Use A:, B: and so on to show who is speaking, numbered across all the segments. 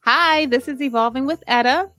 A: Hi, this is Evolving with Etta,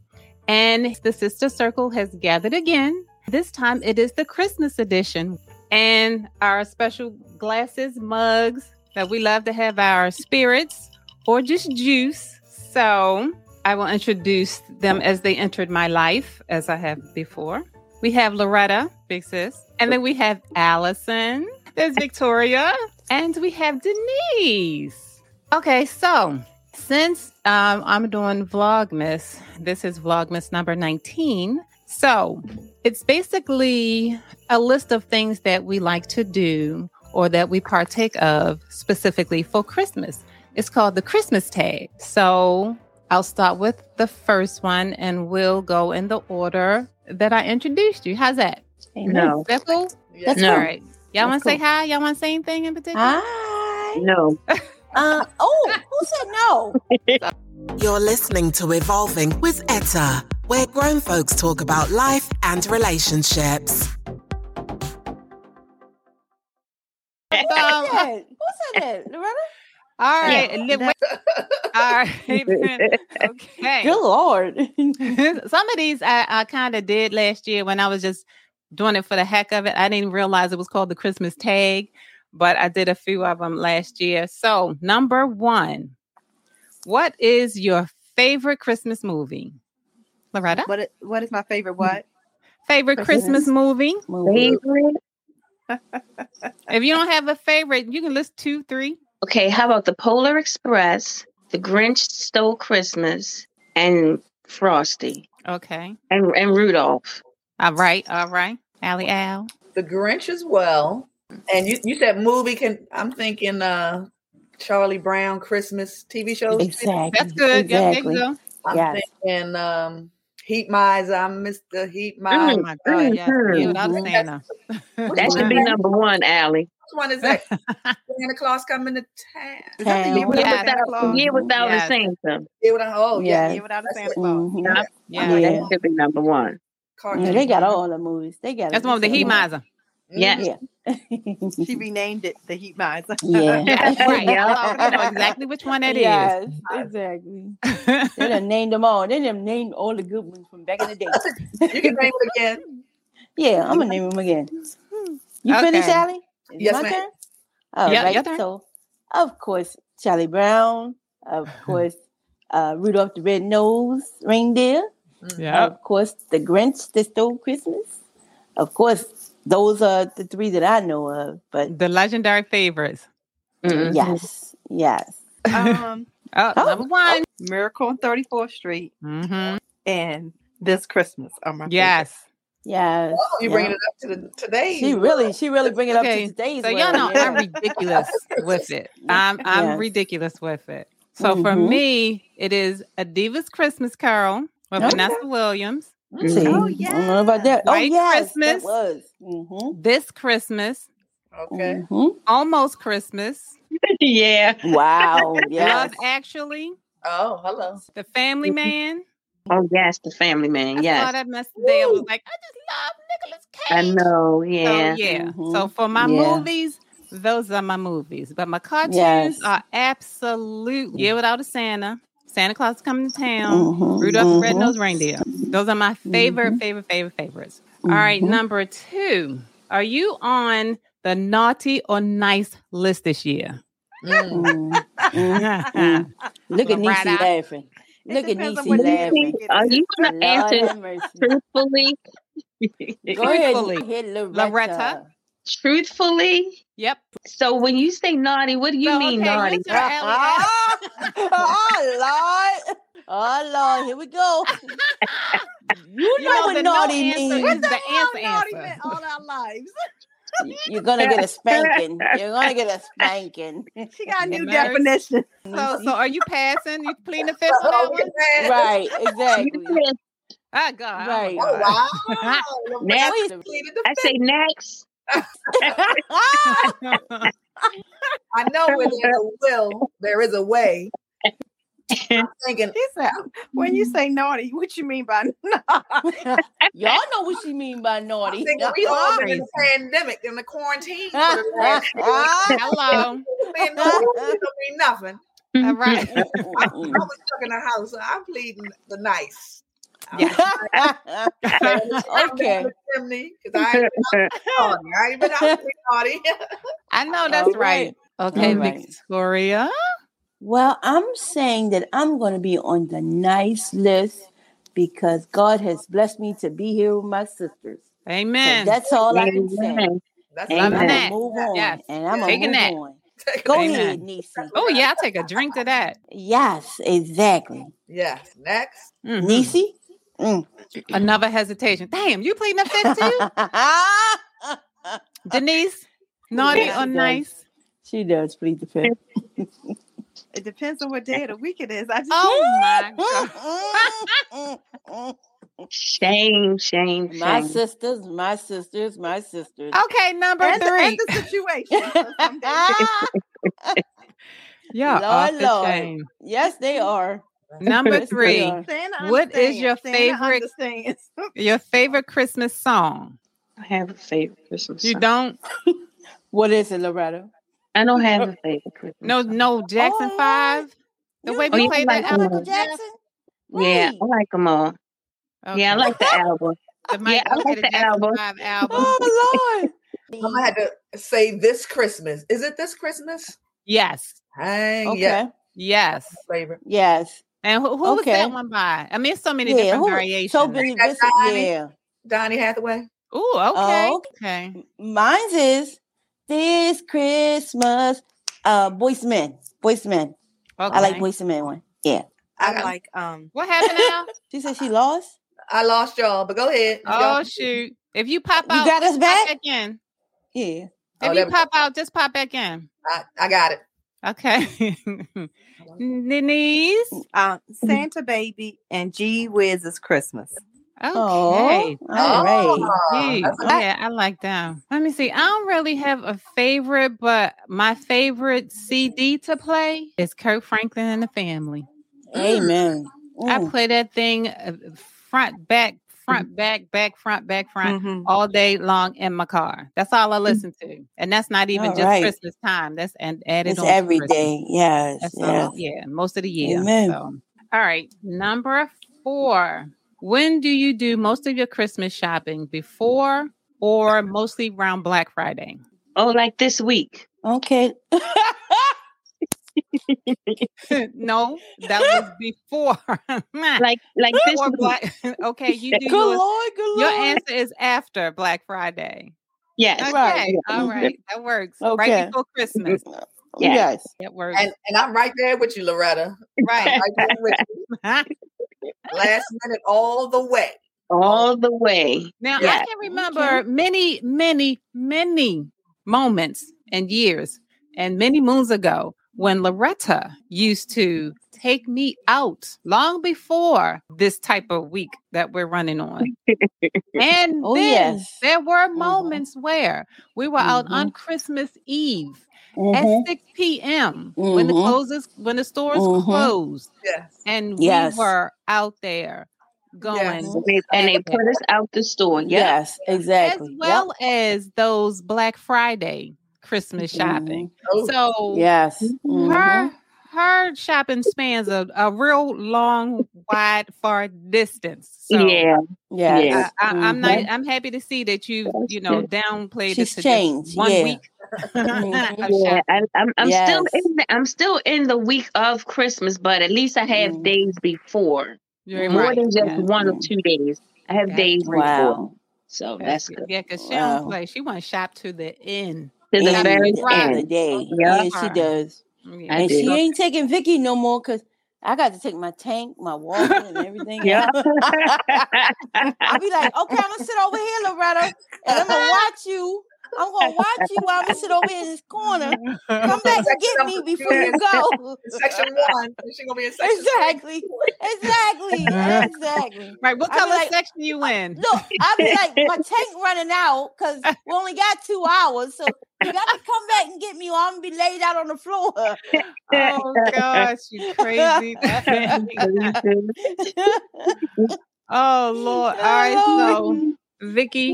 A: and the Sister Circle has gathered again. This time it is the Christmas edition, and our special glasses, mugs that we love to have our spirits or just juice. So I will introduce them as they entered my life, as I have before. We have Loretta, big sis, and then we have Allison, there's Victoria, and we have Denise. Okay, so since um, I'm doing Vlogmas, this is Vlogmas number 19. So it's basically a list of things that we like to do or that we partake of specifically for Christmas. It's called the Christmas tag. So I'll start with the first one and we'll go in the order that I introduced you. How's that?
B: No.
A: Is that cool?
B: That's
A: All
B: cool.
A: right. Y'all want
B: That's
A: to say
B: cool.
A: hi? Y'all want to say anything in particular?
B: Hi.
C: No.
B: Uh, oh, who said no?
D: You're listening to Evolving with Etta, where grown folks talk about life and relationships.
A: Um,
B: Who said, who said that? Loretta?
A: all
C: Yeah.
A: right. li- wait. All right. okay.
B: Good Lord.
A: Some of these I, I kind of did last year when I was just doing it for the heck of it. I didn't realize it was called the Christmas tag, but I did a few of them last year. So, number one, what is your favorite Christmas movie? Loretta?
E: What i- what is my favorite what?
A: Favorite Christmas movie?
C: Favorite?
A: If you don't have a favorite, you can list two, three.
C: Okay, how about the Polar Express, the Grinch Stole Christmas, and Frosty
A: Okay.
C: and and Rudolph.
A: All right. All right. Allie Al.
E: The Grinch as well. And you, you said movie can I'm thinking uh Charlie Brown Christmas TV show.
B: Exactly.
A: That's good. Yeah, there you
B: Exactly.
A: go.
E: I'm
B: Yes.
E: thinking um Heat Miser. I'm Mr. Heat
A: Oh
E: Miser.
A: my God. Yeah.
C: Mhm.
A: You without Santa.
C: That should be number one, Allie.
E: Which one is that? Santa Claus coming to town. Is that the
B: Town.
E: year without
A: Yeah.
E: Santa
A: Yes.
C: Without, yeah, without
E: Claus?
C: a Santa.
E: Year without, oh yeah,
B: Yes.
E: year without a Santa Claus.
B: Mhm.
A: Yeah.
B: Yeah.
A: Yeah.
C: That should be number one.
E: Cartoon. Mm-hmm.
B: Yeah, they got all the movies. They got
A: That's the one with the Heat Miser.
C: Yes.
B: Yeah.
E: She renamed it the Heat Miser.
B: yeah.
A: right.
B: Yeah.
A: So you know exactly which one that is.
B: yes, exactly. They done named them all. They done named all the good ones from back in the day.
E: you can name it again.
B: yeah, I'm gonna name them again. You finished,
A: Hmm. Okay.
B: Allie? Is it
E: Yes,
B: my
E: ma'am.
B: turn? All
A: Yeah,
B: right.
A: your turn.
B: So, of course, Charlie Brown. Of course, uh, Rudolph the Red Nose Reindeer.
A: Oh,
B: Of course, The Grinch That Stole Christmas. Of course, those are the three that I know of. But
A: The legendary favorites. Mm-hmm.
C: Mhm.
B: yes, yes.
E: Um,
A: Oh,
B: Oh.
A: number one.
E: Miracle on 34th Street
A: Mhm.
E: and this Christmas are my
A: Yes.
B: Yes.
E: Oh, you
B: yeah.
E: Oh, bringing it up to the today?
B: She really, she really bring it up
A: Okay,
B: to today's.
A: So y'all
B: world,
A: know
B: yeah.
A: I'm ridiculous with it. I'm I'm
B: Yes.
A: ridiculous with it. So for
B: Mhm.
A: me, it is a Diva's Christmas Carol with
B: Okay.
A: Vanessa Williams.
B: See,
C: Mhm.
B: I don't know about that.
A: White
B: oh yes,
A: Oh, Christmas.
B: that was. hmm
A: This Christmas,
B: Mm.
E: okay.
B: mm-hmm.
A: almost Christmas.
C: yeah.
B: Wow. Yes. Mm-hmm.
A: Love Actually,
E: Oh, hello.
A: The Family Man.
C: Oh yes, the Family Man.
A: I saw
C: Yes.
A: that message today. I was like, I just love Nicholas Cage.
C: I know.
A: So
C: Yeah.
A: yeah.
B: Mhm.
C: Mm-hmm.
A: So for my
B: Yeah.
A: movies, those are my movies. But my cartoons
B: Yes.
A: are absolute Year Without a Santa, Santa Claus Coming to Town,
B: Mhm,
A: Rudolph the Red
B: mhm,
A: Nosed Reindeer. Those are my favorite,
B: Mhm.
A: favorite, favorite favorites. All right,
B: mhm.
A: number two. Are you on the naughty or nice list this year?
E: Mm.
B: Mm,
A: mm-hmm.
B: mm, mm. Look at
A: Loretta.
B: Nisi laughing. Look at
E: depends on
B: Nisi
E: what
C: What do you
B: laughing.
C: think? Are you gonna
B: Lord
C: answer
B: have mercy.
C: truthfully?
B: Go ahead,
A: Truthfully.
B: hit Loretta.
A: Loretta.
C: truthfully?
A: Yep.
C: So when you say naughty, what do you
A: So,
C: mean
A: okay,
C: naughty?
A: what's your
B: Uh-uh.
A: alley-
B: oh Lord. Oh Lord, here we go. You know what
A: the
B: naughty
A: answer
B: means.
A: is the answer. answer.
E: all our lives.
B: You're gonna get a spanking. You're gonna get a spanking.
E: She got a new
A: Mary-
E: definition.
A: So, so are you passing? You pleading the fifth on that one?
B: Right,
C: You
B: exactly.
C: said-
A: Ah, God.
B: Right.
A: Oh, my God.
E: wow.
C: Now-
E: Loretta pleaded the
C: I say next.
E: I know where there's a will, there is a way. I'm thinking,
F: She said, when
B: Mm-hmm.
F: you say naughty, what you mean by naughty?
B: Y'all know what she mean by naughty.
E: I'm thinking we all been in the pandemic, in the quarantine. for the last year.
B: Ah,
A: Hello.
E: Man, no, we don't mean nothing.
A: All right.
E: I, I was stuck in the house. So I'm pleading the nice.
B: okay.
E: Because I ain't been out party. I ain't been out to party.
A: I know that's
B: All
A: right.
B: right.
A: Okay,
B: All right.
A: Victoria.
B: Well, I'm saying that I'm going to be on the nice list because God has blessed me to be here with my sisters. So
A: Amen.
B: that's all I can say.
E: That's
B: And I'm
A: Amen.
B: gonna move on.
A: Yes.
B: And I'm
A: Take a
B: gonna move
A: nap.
B: on. Go
A: Amen.
B: ahead, Nisi.
A: oh yeah, I'll take a drink to that.
B: Yes, exactly.
E: Yes. Next.
A: Mhm.
B: Nisi?
A: Another hesitation. Damn, you pleading up that too? Denise, naughty
B: Yeah,
A: or
B: she does.
A: nice?
B: she does plead the fifth.
F: It depends on what day of the week it is. I just
A: Oh my god.
C: Shame, shame, shame.
B: my sisters, my sisters, my sisters.
A: Okay, number
F: and, the,
A: three.
F: and the situation. So some days-
A: Oh, Yeah,
B: Lord,
A: off the
B: Lord.
A: chain.
B: yes, they are.
A: Number
B: Yes, they
A: three.
B: are.
F: Santa
A: What is
F: understands.
A: your
F: Santa
A: favorite-
F: understands.
A: Your favorite Christmas song?
C: I have a favorite Christmas.
A: You
C: song.
A: don't?
B: What is it, Loretta?
C: I don't have a favorite Christmas.
A: No,
C: song.
A: no Jackson
B: Oh,
A: Five. The
B: you
A: way
C: Oh,
A: we
C: you
A: played
C: like
A: that
C: them
A: album.
B: Michael Jackson?
C: Yeah, I
B: Wait.
C: like them all.
A: Okay.
C: Yeah, I like the album.
A: the Mike
C: I like
A: Located
C: the
A: Jackson
C: album.
A: Five album.
B: Oh
E: I'm
B: Lord.
E: gonna have to say this Christmas. Is it this Christmas?
A: Yes,
E: Hang
B: Okay.
E: yeah,
A: yes.
E: favorite.
B: Yes.
A: And who, who was that
B: Okay.
A: one by? I mean, it's so many
B: yeah.
A: different
B: who-
A: variations.
B: So many different.
E: Donnie.
B: Yeah.
E: Donnie Hathaway.
A: Oh, okay.
B: Oh,
A: okay.
B: Mine's is this Christmas. Uh, Boys Men. Boys Men. I like
A: Okay.
B: Boys Men one. Yeah.
E: I,
F: I
E: got-
F: like um
A: What happened now?
B: She said she
A: Uh-huh.
B: lost.
E: I lost y'all, but go ahead.
A: oh shoot! If you pop
B: You
A: out,
B: got us
A: pop
B: back.
A: back in.
B: Yeah.
A: If
E: Oh,
A: you
E: there we go.
A: pop out, just pop back in.
E: I, I got it.
A: Okay. Denise. Okay.
F: uh,
A: Mm-hmm.
F: Santa Baby and G Wiz's Christmas.
B: Oh. All right.
A: Gee,
E: that's a-
A: yeah, I like them. Let me see. I don't really have a favorite, but my favorite CD to play is Kirk Franklin and the Family.
B: Amen.
A: I
B: Mm.
A: play that thing uh, front, back,
B: Mm-hmm.
A: front, back, back, front, back, front
F: Mm-hmm.
A: all day long in my car. That's all I listen to, and that's not even
B: Mm. All
A: just
B: right.
A: Christmas time. That's and added
B: It's
A: on to
B: every
A: Christmas.
B: day. Yes.
A: That's
B: yes.
A: all, yeah, most of the year.
B: Amen.
A: So. All right, number four. When do you do most of your Christmas shopping? Before or mostly around Black Friday?
C: Oh, like this week.
B: Okay.
A: no, that was before. Ah.
C: Like like this
A: Before
C: week.
A: Black. okay, you do
B: Good
A: yours.
B: Lord. Good Lord.
A: Your answer is after Black Friday.
C: Yes.
A: Okay,
B: Right.
A: all right, that works.
B: Okay.
A: Right before Christmas,
C: Yeah.
B: Yes.
A: that works.
E: And, and I'm right there with you, Loretta.
A: right.
E: Right there with you. Last minute, all the way.
C: All the way.
A: Now I
C: Yeah.
A: can remember many, many, many moments and years and many moons ago when Loretta used to take me out long before this type of week that we're running on. and
B: Oh,
A: then
B: yes. Mm-hmm.
A: there were moments where we were out on Christmas Eve
B: Mhm.
A: at 6 p.m. when the
B: Mhm.
A: closes when the stores
B: Mhm.
A: closed
E: Yes.
A: and
B: Yes.
A: we were out there going
E: Yes.
C: And they- and they
A: Okay.
C: put us out the store. Yeah.
B: Yes. Exactly.
A: as
B: Yep.
A: well as those Black Friday Christmas
B: Mm-hmm.
A: shopping.
E: Oh,
A: So
B: Yes.
A: her
B: Mhm.
A: her shopping spans a, a real long, wide, far distance. So
C: Yeah.
A: I,
B: Yes.
A: I, I'm not.
B: Mhm.
A: I'm happy to see that you
C: That's
A: you know
C: good.
A: downplayed
B: She's
A: it to
B: changed.
A: just one
B: yeah.
A: week.
B: Mhm.
A: of
C: Yeah,
A: shopping.
C: I, I'm. I'm still
B: Yes.
C: in. The, I'm still in the week of Christmas, but at least I have
B: Mhm.
C: days before,
A: You're
C: more
A: right.
C: than just
A: yeah.
C: one or
B: Mhm.
C: two days. I have
A: Yeah.
C: days before,
B: Wow.
C: so
A: Yeah,
C: that's good.
A: Yeah, because she
B: Wow.
A: don't play. She want to shop to the end.
C: To the
B: And
C: very
B: the
A: Right.
B: other
C: end.
B: day.
C: Yeah.
B: Yeah, she does.
A: Yeah.
C: I
B: and she
C: do.
B: ain't taking Vicky no more because I got to take my tank, my wallet, and everything.
C: Yeah.
B: I'll be like, okay, I'm gonna sit over here, Loretta, and I'm gonna watch you. I'm gonna watch you while I'm gonna sit over here in this corner. Come back and get me before you go.
E: section one. She's going to be in section
B: exactly. Exactly. Exactly.
A: Right. What
B: I be
A: color
B: like,
A: section you in?
B: Look, I'll be like, my tank running out because we only got two hours. So you got to come back and get me, or I'm gonna be laid out on the floor.
A: Oh gosh, you crazy thing. Oh Lord! All right, so Vicky.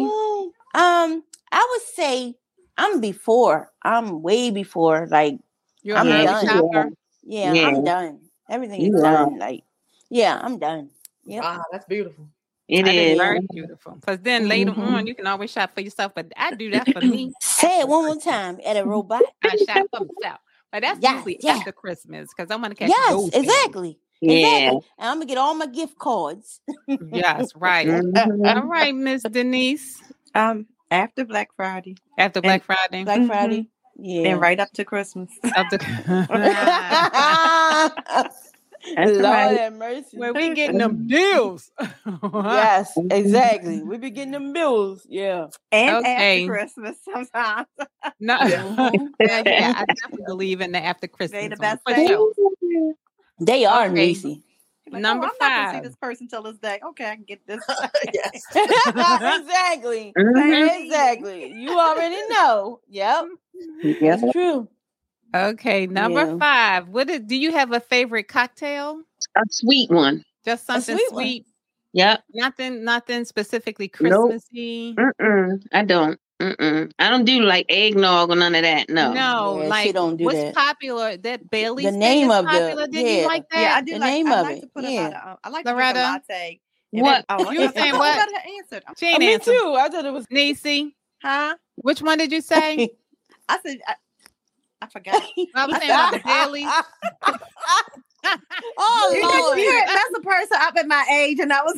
B: Um, I would say I'm before. I'm way before. Like
A: You're
B: I'm
A: an early
B: done.
A: shopper.
B: Yeah,
C: Yeah.
B: I'm done. Everything is
C: You are.
B: done. Like, yeah, I'm done. Yep.
E: Wow, that's beautiful.
C: It
A: I think
C: is.
A: very beautiful. Because then later
C: Mhm.
A: on, you can always shop for yourself. But I do that for me.
B: Say it one more time at a robot.
A: I shop for myself. But that's
B: Yeah,
A: usually
B: yeah.
A: after Christmas because I want to catch.
B: yes,
A: those things.
B: exactly.
C: Yeah.
B: Exactly. And I'm gonna get all my gift cards.
A: Yes, right.
C: Mhm.
A: All right, Miss Denise.
F: Um, after Black Friday
A: After Black Friday,
B: Black
F: Mhm.
B: Friday. Yeah.
F: and right up to Christmas.
A: after-
B: Lord
F: right.
B: have mercy.
A: when we getting them deals.
B: Yes,
A: Mm-hmm.
B: exactly. We be getting them bills. Yeah.
F: And
A: Okay.
F: after Christmas sometimes.
A: No.
B: Mhm.
A: yeah, yeah, I definitely believe in the after Christmas.
F: the
A: one,
F: best
A: for
F: thing.
A: sure.
B: They are
A: Okay.
B: Niecy.
F: Like,
A: Number
F: oh, I'm not gonna
A: five.
F: see this person till this day. Okay, I can get this.
E: yes.
B: exactly.
A: Mm-hmm.
C: Mm-hmm.
B: Exactly. You already know. Yep.
C: Yeah.
B: It's true.
A: Okay, number
B: Yeah.
A: five. What is, do you have a favorite cocktail?
C: A sweet one.
A: Just something
B: sweet one.
A: sweet,
C: Yep.
A: nothing, nothing specifically
C: Nope.
A: Christmassy.
C: Mm-mm. I don't. Mm-mm. I don't do like eggnog or none of that. No.
A: No,
B: Yeah, she
A: like
B: don't do
A: what's
B: that.
A: popular? That Bailey's thing
B: name
A: is
B: of the-
A: popular. Did you
B: yeah.
A: like that?
F: yeah, I do
B: The
F: like.
B: name
F: I
B: of
F: like
B: it,
F: to put
B: yeah.
F: a lot of. I like to
A: Loretta?
F: drink a latte. and
C: What?
F: then- oh,
A: You were
F: okay,
A: saying
F: I
A: what?
F: thought I answered.
A: She ain't answer.
B: I thought it was
A: Niecy,
F: Oh, Huh?
A: which one did you say?
F: I said. I, I forgot.
A: I was saying about the Bailey's.
F: You
B: oh
F: couldn't hear
B: Lord.
F: it. That's the person up at my age, and I was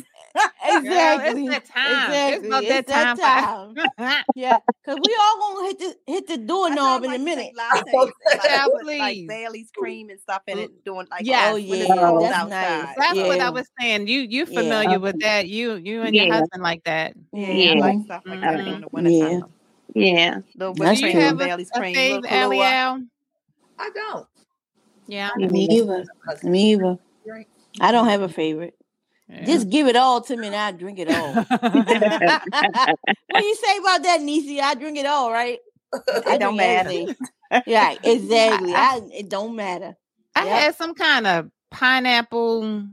B: Exactly.
A: Girl, it's that time. It's
B: Exactly.
A: about that
B: It's that
A: time. for-
B: time. Yeah. Cause we all gonna hit the hit the doorknob in a minute.
F: Lattes,
A: Child,
F: like,
A: please. Mm.
F: like Bailey's cream and stuff in it, doing like
A: Yes.
F: oh
B: Oh,
F: yeah,
B: yeah,
F: cold
B: that's
F: outside.
B: nice.
A: That's what
B: Yeah.
A: I was saying. You you
B: Yeah.
A: familiar with that? You you and your
C: Yeah.
A: husband like that?
F: Yeah,
C: Yeah.
F: I like stuff like that
A: Mhm.
F: in the wintertime.
B: Yeah.
C: Yeah.
F: Little
B: That's
F: whipped
A: Do you
F: cream,
A: have a, a
F: Bailey's cream,
A: fave,
F: little Kahlua.
A: L'Oreal?
E: I don't.
A: Yeah.
B: Me either. Me either.
E: Drink.
B: I don't have a favorite. Just give it all to me and I drink it all. what do you say about that, Nisi? I drink it all, right? I
F: It
B: drink
F: don't matter.
B: everything. Yeah, exactly. I, it don't matter.
A: I
B: Yep.
A: had some kind of pineapple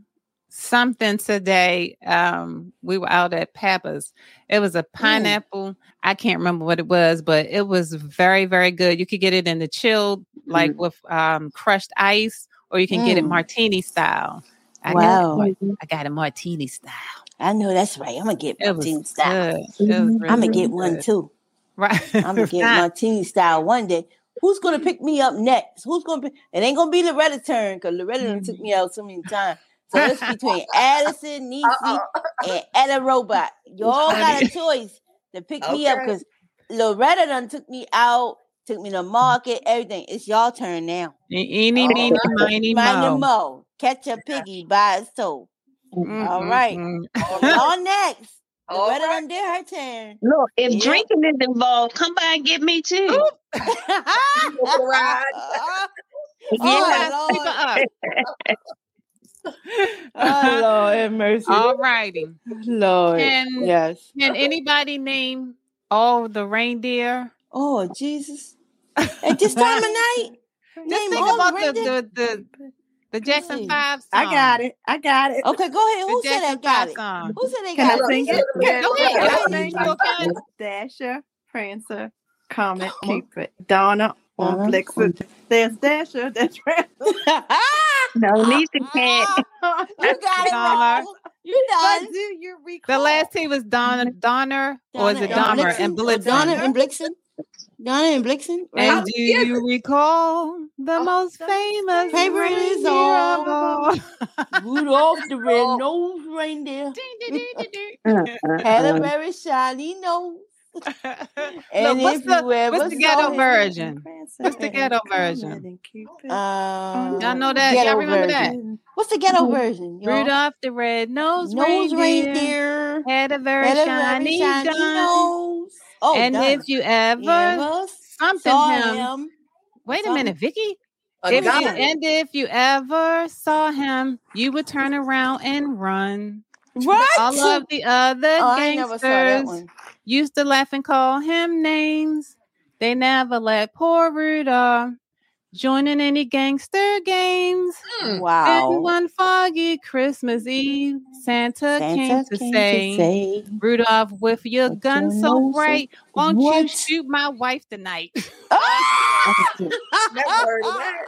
A: something today. Um, we were out at Papa's. It was a pineapple. I can't remember what it was, but it was very, very good. You could get it in the chilled, like with um, crushed ice, or you can get it
B: Mm.
A: martini style. I
B: Wow.
A: got it, mar- I got it martini style.
B: I know that's right. I'm gonna get
A: It was
B: martini style.
A: Good. It was
C: Mhm.
A: really,
B: I'm gonna
A: really
B: get one
A: good.
B: too.
A: Right.
B: I'm gonna get martini style one day. Who's gonna pick me up next? Who's gonna pick? It ain't gonna be Loretta's turn because Loretta done took me out so many times. So it's between Addison, Nisi, and Etta Robot. Y'all got a choice to pick me up
E: Okay.
B: because Loretta done took me out, took me to market, everything. It's y'all turn now.
A: Eeny,
E: Oh,
A: meeny,
E: wow.
A: miny,
B: Mind your
A: mo.
B: mo. Catch a piggy by its toe. All right.
A: Mm,
E: All right.
B: Y'all next.
E: All
B: Loretta
E: right.
B: done did her turn.
C: Look, if
B: Yeah.
C: drinking is involved, come by and get me too.
E: Right.
A: Yeah,
B: Oh,
A: keep it
B: oh
A: up.
B: Lord have mercy.
A: All righty.
B: Lord.
A: Can-
B: yes.
A: Can anybody name all the reindeer?
B: Oh Jesus. At this time of night.
A: Just
B: Name
A: think
B: all the
A: about the
B: reindeer?
A: the, the the Jackson
B: Please.
A: Five song.
F: I got it. I got it.
B: Okay, go ahead.
A: The
B: Who said
A: Jackson
B: that got
A: Five
B: it?
A: song.
B: Who said they
F: Can
B: got
F: I
B: it?
F: sing it?
A: Go ahead.
F: Can I
A: Go
F: sing
A: ahead. Okay.
F: Dasher, Prancer,
B: Comet.
F: Comet, Cupid, Donna,
B: Donna,
F: on Blixen. There's Dasher, there's Prancer.
C: No, Lisa can't.
B: Ah! you got it.
A: Dog.
B: Rachel. You
F: But
B: done.
F: do you recall?
A: The last T was Donna Donner, or is it
B: Donna
A: Dahmer and Blitzen?
B: Blixen? Donna Mm-hmm. and Blixen. Donna and Blixen. Right?
A: And do you recall the most famous
B: Oh, Favorite is
A: reindeer
B: all-
A: of all?
B: Rudolph the red-nosed reindeer had a
C: Uh-uh.
B: very shiny nose.
A: Look,
B: And
A: what's
B: if
A: the
B: you ever
A: what's the
B: saw
A: ghetto
B: him-
A: version?
F: Prancer,
A: What's the ghetto
F: Comet,
A: version?
F: and Cupid.
B: Uh,
A: Y'all know that?
B: ghetto
A: Y'all remember that?
B: version. What's the ghetto version? y'all?
A: Rudolph the red-nosed
B: Nose
A: reindeer.
B: reindeer.
A: Had a very
B: had a very
A: shiny,
B: shiny
A: gun.
B: nose. Oh,
A: and
B: done.
A: if you ever
B: Ever
A: something
B: saw
A: him,
B: him.
A: wait a
B: something.
A: minute, Vicky.
E: A
A: If you,
E: dollar.
A: and if you ever saw him, you would turn around and run.
B: Right.
A: All of the other
B: oh, I never saw that
A: gangsters
B: one.
A: used to laugh and call him names. They never let poor Rudolph join in any gangster games.
E: Mm.
B: Wow.
A: And one foggy Christmas Eve, Santa,
B: Santa
A: came to say, Rudolph, with your
B: With
A: gun
B: your
A: so
B: nose so-
A: bright, won't you
B: What?
A: shoot my wife tonight?
B: Ah!
E: That word is that.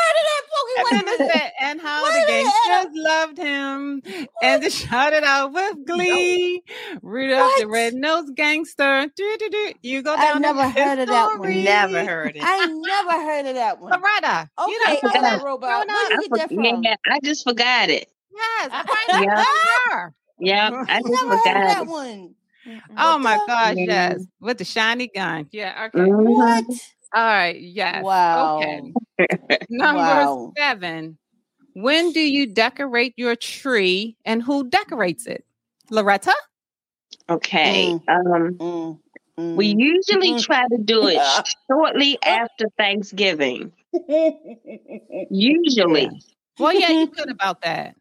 B: I
A: And
B: never heard
A: then
B: of
A: it
B: that movie.
A: said, and how
B: Wait a
A: the
B: minute,
A: gangsters loved him and they shouted out with glee. Rudolph the
B: What?
A: Red-Nosed Gangster. Do, do, do. You go
B: I
A: down the
B: never heard of that one.
A: history.
C: Never heard it.
B: I never heard of that one.
A: Loretta,
B: Okay,
A: you don't know
C: forgot.
A: that.
B: Elsa Robot.
A: Grown
B: Where
C: I
B: did you get that
C: for-
B: from?
C: yeah, I just forgot it.
A: Yes,
B: Yeah.
A: find out her.
C: Yeah, I just
B: Never heard of
C: forgot
B: that
C: it.
B: one.
A: Oh my
B: What the- Mm-hmm.
A: gosh,
C: Yeah.
A: yes. With the shiny gun. Yeah, okay.
C: Mhm.
B: What?
A: All right, yes.
B: Wow.
A: Okay. Number
B: Wow.
A: seven. When do you decorate your tree and who decorates it? Loretta?
C: Okay. Um,
B: Mm, mm.
C: we usually
B: Mhm.
C: try to do it
B: Yeah.
C: shortly
B: Oh.
C: after Thanksgiving. Usually.
A: Well, yeah, you good about that.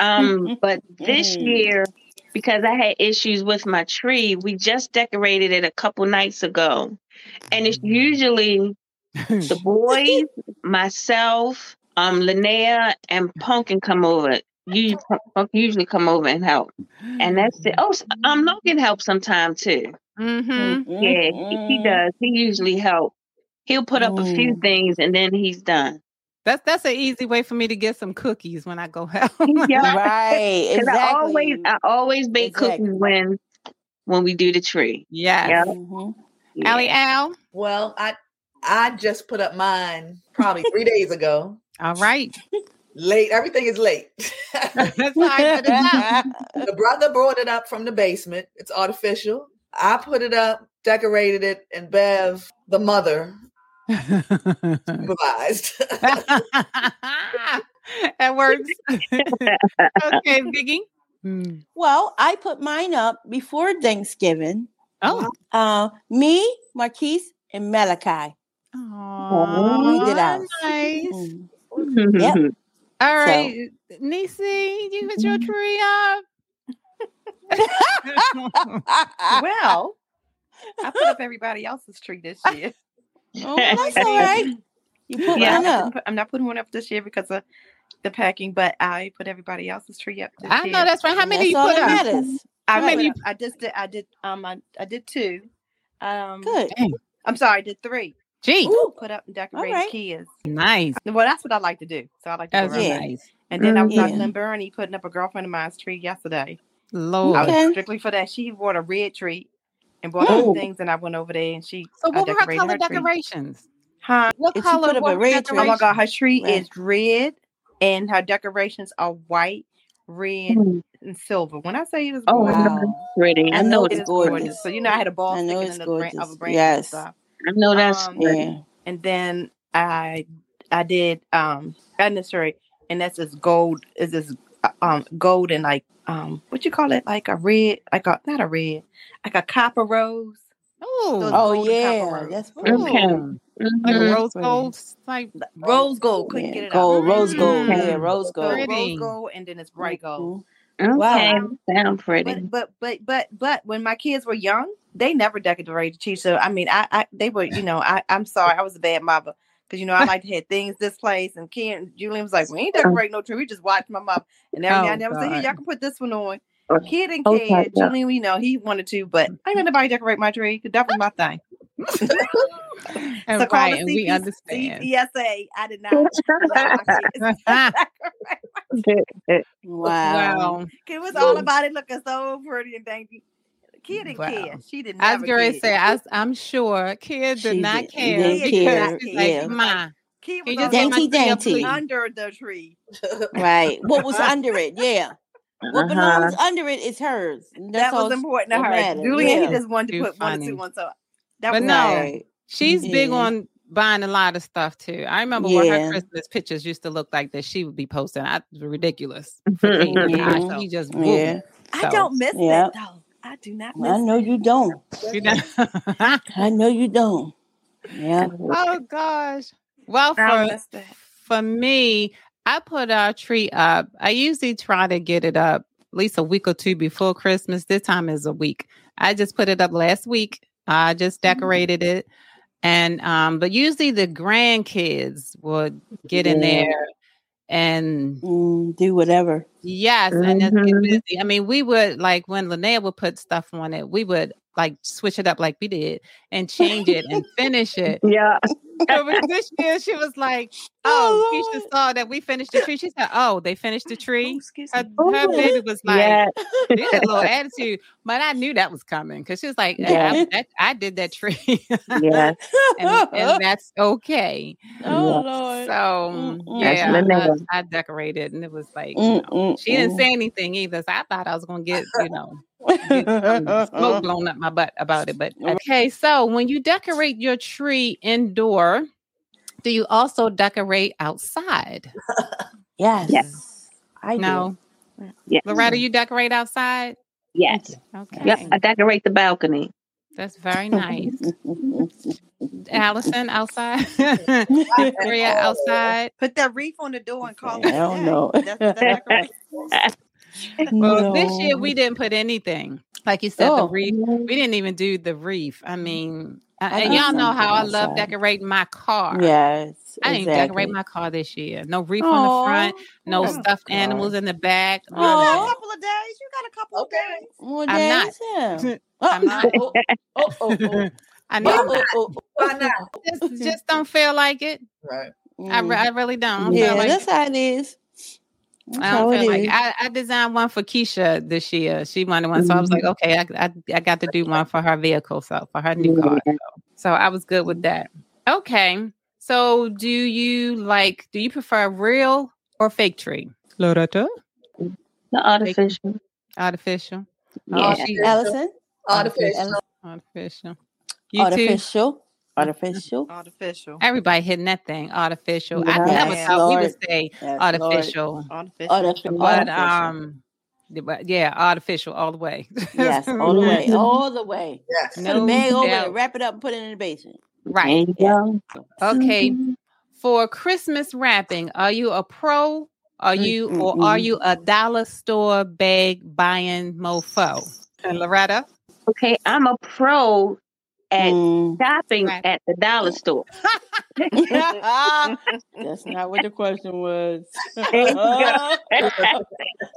B: Mm-hmm.
C: Um, but this
B: Mhm.
C: year, because I had issues with my tree, we just decorated it a couple nights ago. And it's
B: Mm-hmm.
C: usually the boys, myself, um, Linnea, and Pumpkin come over. You Pumpkin usually come over and help. And that's it. Oh, s- um, Logan helps sometime too.
A: Mm-hmm.
B: Mm, mm,
C: Yeah, he, he
B: mm.
C: does. He usually helps. He'll put up a few
B: Mm.
C: things and then he's done.
A: That's that's an easy way for me to get some cookies when I go out.
C: Yeah.
B: Right.
C: Because
B: Exactly.
C: I always I always bake
B: Exactly.
C: cookies when when we do the tree.
A: yes.
C: Yeah.
B: Mhm.
C: Yeah.
A: Allie Al.
E: Well, I I just put up mine probably three days ago.
A: All right.
E: Late. Everything is late.
A: That's all I put it out.
E: the brother brought it up from the basement. It's artificial. I put it up, decorated it, and Bev, the mother, improvised.
A: that works. okay, Biggie. Hmm.
B: Well, I put mine up before Thanksgiving.
A: Oh.
B: Uh, me, Marquise, and Malachi.
A: Aw,
B: we did ours.
A: Nice.
B: Mm.
C: yeah.
A: All right, Nisi, you put
B: Mm-hmm.
A: your tree up.
F: well, I put up everybody else's tree this year.
B: Oh, well, that's all right. You put
C: Yeah.
B: one
F: I didn't
B: up.
F: put- I'm not putting one up this year because of the packing, but I put everybody else's tree up. This
A: I
F: year.
A: know that's right. How many
B: That's
A: you
B: all
A: put up?
B: that matters.
F: I
B: Right.
F: put up- I just did. I did. Um, I, I did two. Um,
B: Good.
F: I'm sorry. I did three.
A: Gee,
B: Ooh.
F: Put up and decorate
B: right.
F: kids.
A: nice.
F: Well, that's what I like to do. So I like to go
A: That's
F: around.
B: Yeah.
A: nice.
F: And then I was
B: Yeah.
F: talking to Bernie putting up a girlfriend of mine's tree yesterday.
A: Lord.
F: I was
B: Okay.
F: strictly for that. She bought a red tree and bought
C: Oh.
F: some things, and I went over there and she.
A: Mm. So
F: I
A: what were her
F: decorated
A: color
F: tree.
A: decorations?
F: Huh?
A: What
B: If you
A: color
B: put up a
A: were her
B: red tree-
F: Oh my
A: decorations?
F: God, her tree
B: Red.
F: is red, and her decorations are white, red, and silver. When I say it
C: Mm.
F: is
C: Oh,
F: gorgeous,
C: wow. pretty. I, know,
F: it
B: it's
F: is gorgeous.
B: gorgeous.
F: So you know, I had a ball
B: I know
F: sticking
B: it's
F: in the branch of
B: gorgeous.
F: a branch.
B: Yes.
F: And, stuff.
C: I know that's
F: Um,
C: pretty.
B: Yeah.
F: and then I, I did um unnecessary, and that's this gold. Is this uh, um gold and like um what you call it? Like a red, like a not a red, like a copper rose.
A: Oh,
F: Those
B: Oh
F: golden
B: yeah.
F: copper
B: That's pretty.
A: Ooh.
C: Okay.
A: like
C: Mhm.
A: rose
B: Pretty.
A: gold type.
F: Rose gold. Couldn't
B: oh, Yeah.
F: get it
B: Gold,
F: out. Mm-hmm.
B: rose gold.
C: Mm.
B: Yeah, rose
F: So
B: gold.
A: Pretty.
F: rose gold, and then it's bright
B: Mhm.
F: gold.
C: Okay.
B: Wow.
C: Sound pretty.
F: But but but but but when my kids were young, they never decorated cheese. So I mean, I, I they were you know I I'm sorry I was a bad mother because you know I like to have things this place and Ken Julian was like we ain't decorate no tree we just watch my mom and every
A: Oh,
F: now and then I was like
A: God.
F: here y'all can put this one on.
C: Oh.
F: Kid and
C: Oh,
F: kid,
C: yeah.
F: Julian, you know he wanted to, but
A: Mm.
F: I ain't nobody decorate my tree. That was my thing.
A: And Oh,
F: so call
A: right,
F: the
A: and we
F: CPC
A: understand.
F: CPSA. I did not. allow my kids to decorate.
B: Mm-hmm. Wow.
A: Wow.
F: It was all about it looking so pretty and dainty. Kid and
A: Wow.
F: kid, she did
A: I
F: not.
A: was going to say, I, am sure Kid did
B: She
A: not
B: did-
A: care.
B: didn't
A: because
F: care,
A: she's like,
F: yeah.
A: Ma,
F: Kid
A: can
F: was
A: you just
F: all
A: get my
B: Dainty,
A: tree up,
B: dainty.
A: please?
F: under the tree.
B: Right. What was under it? Yeah. What
C: Uh-huh.
B: belongs under it is hers. And That's
F: that
B: all
F: was important to
B: what
F: her.
B: mattered,
F: Julian,
B: yeah.
F: he just wanted to
A: Too
F: put one or
A: funny.
F: two on. So that
A: But
F: was
A: no.
F: all.
B: Right.
A: She's big
B: Yeah.
A: on buying a lot of stuff too. I remember when
B: Yeah.
A: her Christmas pictures used to look like that she would be posting. I it was ridiculous. For King.
B: Yeah.
A: Gosh, he just woo.
B: Mm-hmm. Yeah.
A: So,
F: I don't miss
B: Yeah.
F: that though. I do not miss.
B: I know
F: that.
B: you don't.
A: you know.
B: I know you don't. Yeah.
A: oh gosh. Well,
F: I don't
A: for
F: miss that.
A: for me, I put our tree up. I usually try to get it up at least a week or two before Christmas. This time is a week. I just put it up last week. I just decorated it. And um, but usually the grandkids would get in
B: Yeah.
A: there and
B: Mm, do whatever.
A: yes, and just get
C: Mhm.
A: busy. I mean, we would like when Linnea would put stuff on it, we would like switch it up like we did and change it and finish it.
C: Yeah.
A: So but this year she was like, "Oh, Keisha saw that we finished the tree." She said, "Oh, they finished the tree." Her, her baby was like,
C: Oh, Yeah.
A: "This is a little attitude," but I knew that was coming because she was like,
C: Yeah.
A: "I- that- I did that tree."
C: Yeah.
A: and, and that's okay.
B: Oh,
A: So
B: Lord. Mm-mm.
C: That's
A: yeah, I,
C: Linnea. Mm.
A: I decorated, and it was like you
B: Mm,
A: know, she didn't say anything either. So I thought I was gonna get you know get some smoke blown up my butt about it. But okay, so when you decorate your tree indoor, do you also decorate outside?
B: Yes.
C: Yes.
B: I
A: No,
C: Yeah.
A: Loretta, you decorate outside.
C: Yes.
A: Okay,
C: Yep. I decorate the balcony.
A: that's very nice.
B: do.
A: Allison outside,
B: I
A: Maria outside.
F: Put that wreath on the door and call it. a
B: don't
F: day.
B: know.
F: That's, that's decoration.
A: Well,
B: No.
A: this year we didn't put anything. Like you said, the
B: Oh.
A: wreath. We didn't even do the wreath. I mean, uh,
B: I
A: and
B: did
A: y'all know how I
B: something
A: love
B: outside.
A: decorating my car.
B: Yes.
A: I didn't
B: exactly.
A: decorate my car this year. No wreath on the front, no
B: Oh,
A: stuffed
B: God.
A: animals in the back.
F: You got
A: none
F: a
A: of
F: couple of days. You got a couple
A: Oh.
F: of
E: Okay.
F: days.
B: Well,
A: I'm
B: there
A: not.
B: you go.
A: that. I'm not.
B: Oh, oh, oh, oh.
A: I
B: Oh,
A: know.
B: oh, oh,
E: Why not?
B: mm.
A: just, just don't feel like it.
E: Right.
B: oh.
A: I, re- I really don't. I don't
B: yeah,
A: feel like
B: that's how it is. That's
A: I
B: how
A: don't
B: it
A: feel like
B: is.
A: I, I designed one for Keisha this year. She wanted one, so I was like,
B: Mm-hmm.
A: okay, I, I, I got to do one for her vehicle, so for her
B: Mm-hmm.
A: new car. So, so I was good with that. Okay, so do you like? Do you prefer real or fake tree? Loretta,
C: The artificial.
A: artificial, Oh,
C: Yeah.
A: she-
B: Allison,
E: Artificial.
A: artificial. You too.
B: artificial, artificial.
F: Artificial.
A: Everybody hitting that thing, artificial. I
B: Yes,
A: never thought we
B: Lord.
A: would say
B: Yes,
A: artificial,
B: Oh,
F: Artificial.
B: Lord. Artificial.
A: but
B: artificial.
A: um, but yeah, artificial all the way.
B: Yes, all the way, all the way.
E: Yes.
B: Put a bag over
A: doubt.
B: it, wrap it up, and put it in the basement.
A: right.
C: There you go.
A: Okay. For Christmas wrapping, are you a pro? Are you or are you a dollar store bag buying mofo? And Loretta?
C: Okay. I'm a pro at
B: Mm,
C: shopping
A: Right.
C: at the dollar store.
B: that's not what the question was. Oh,
C: There you go.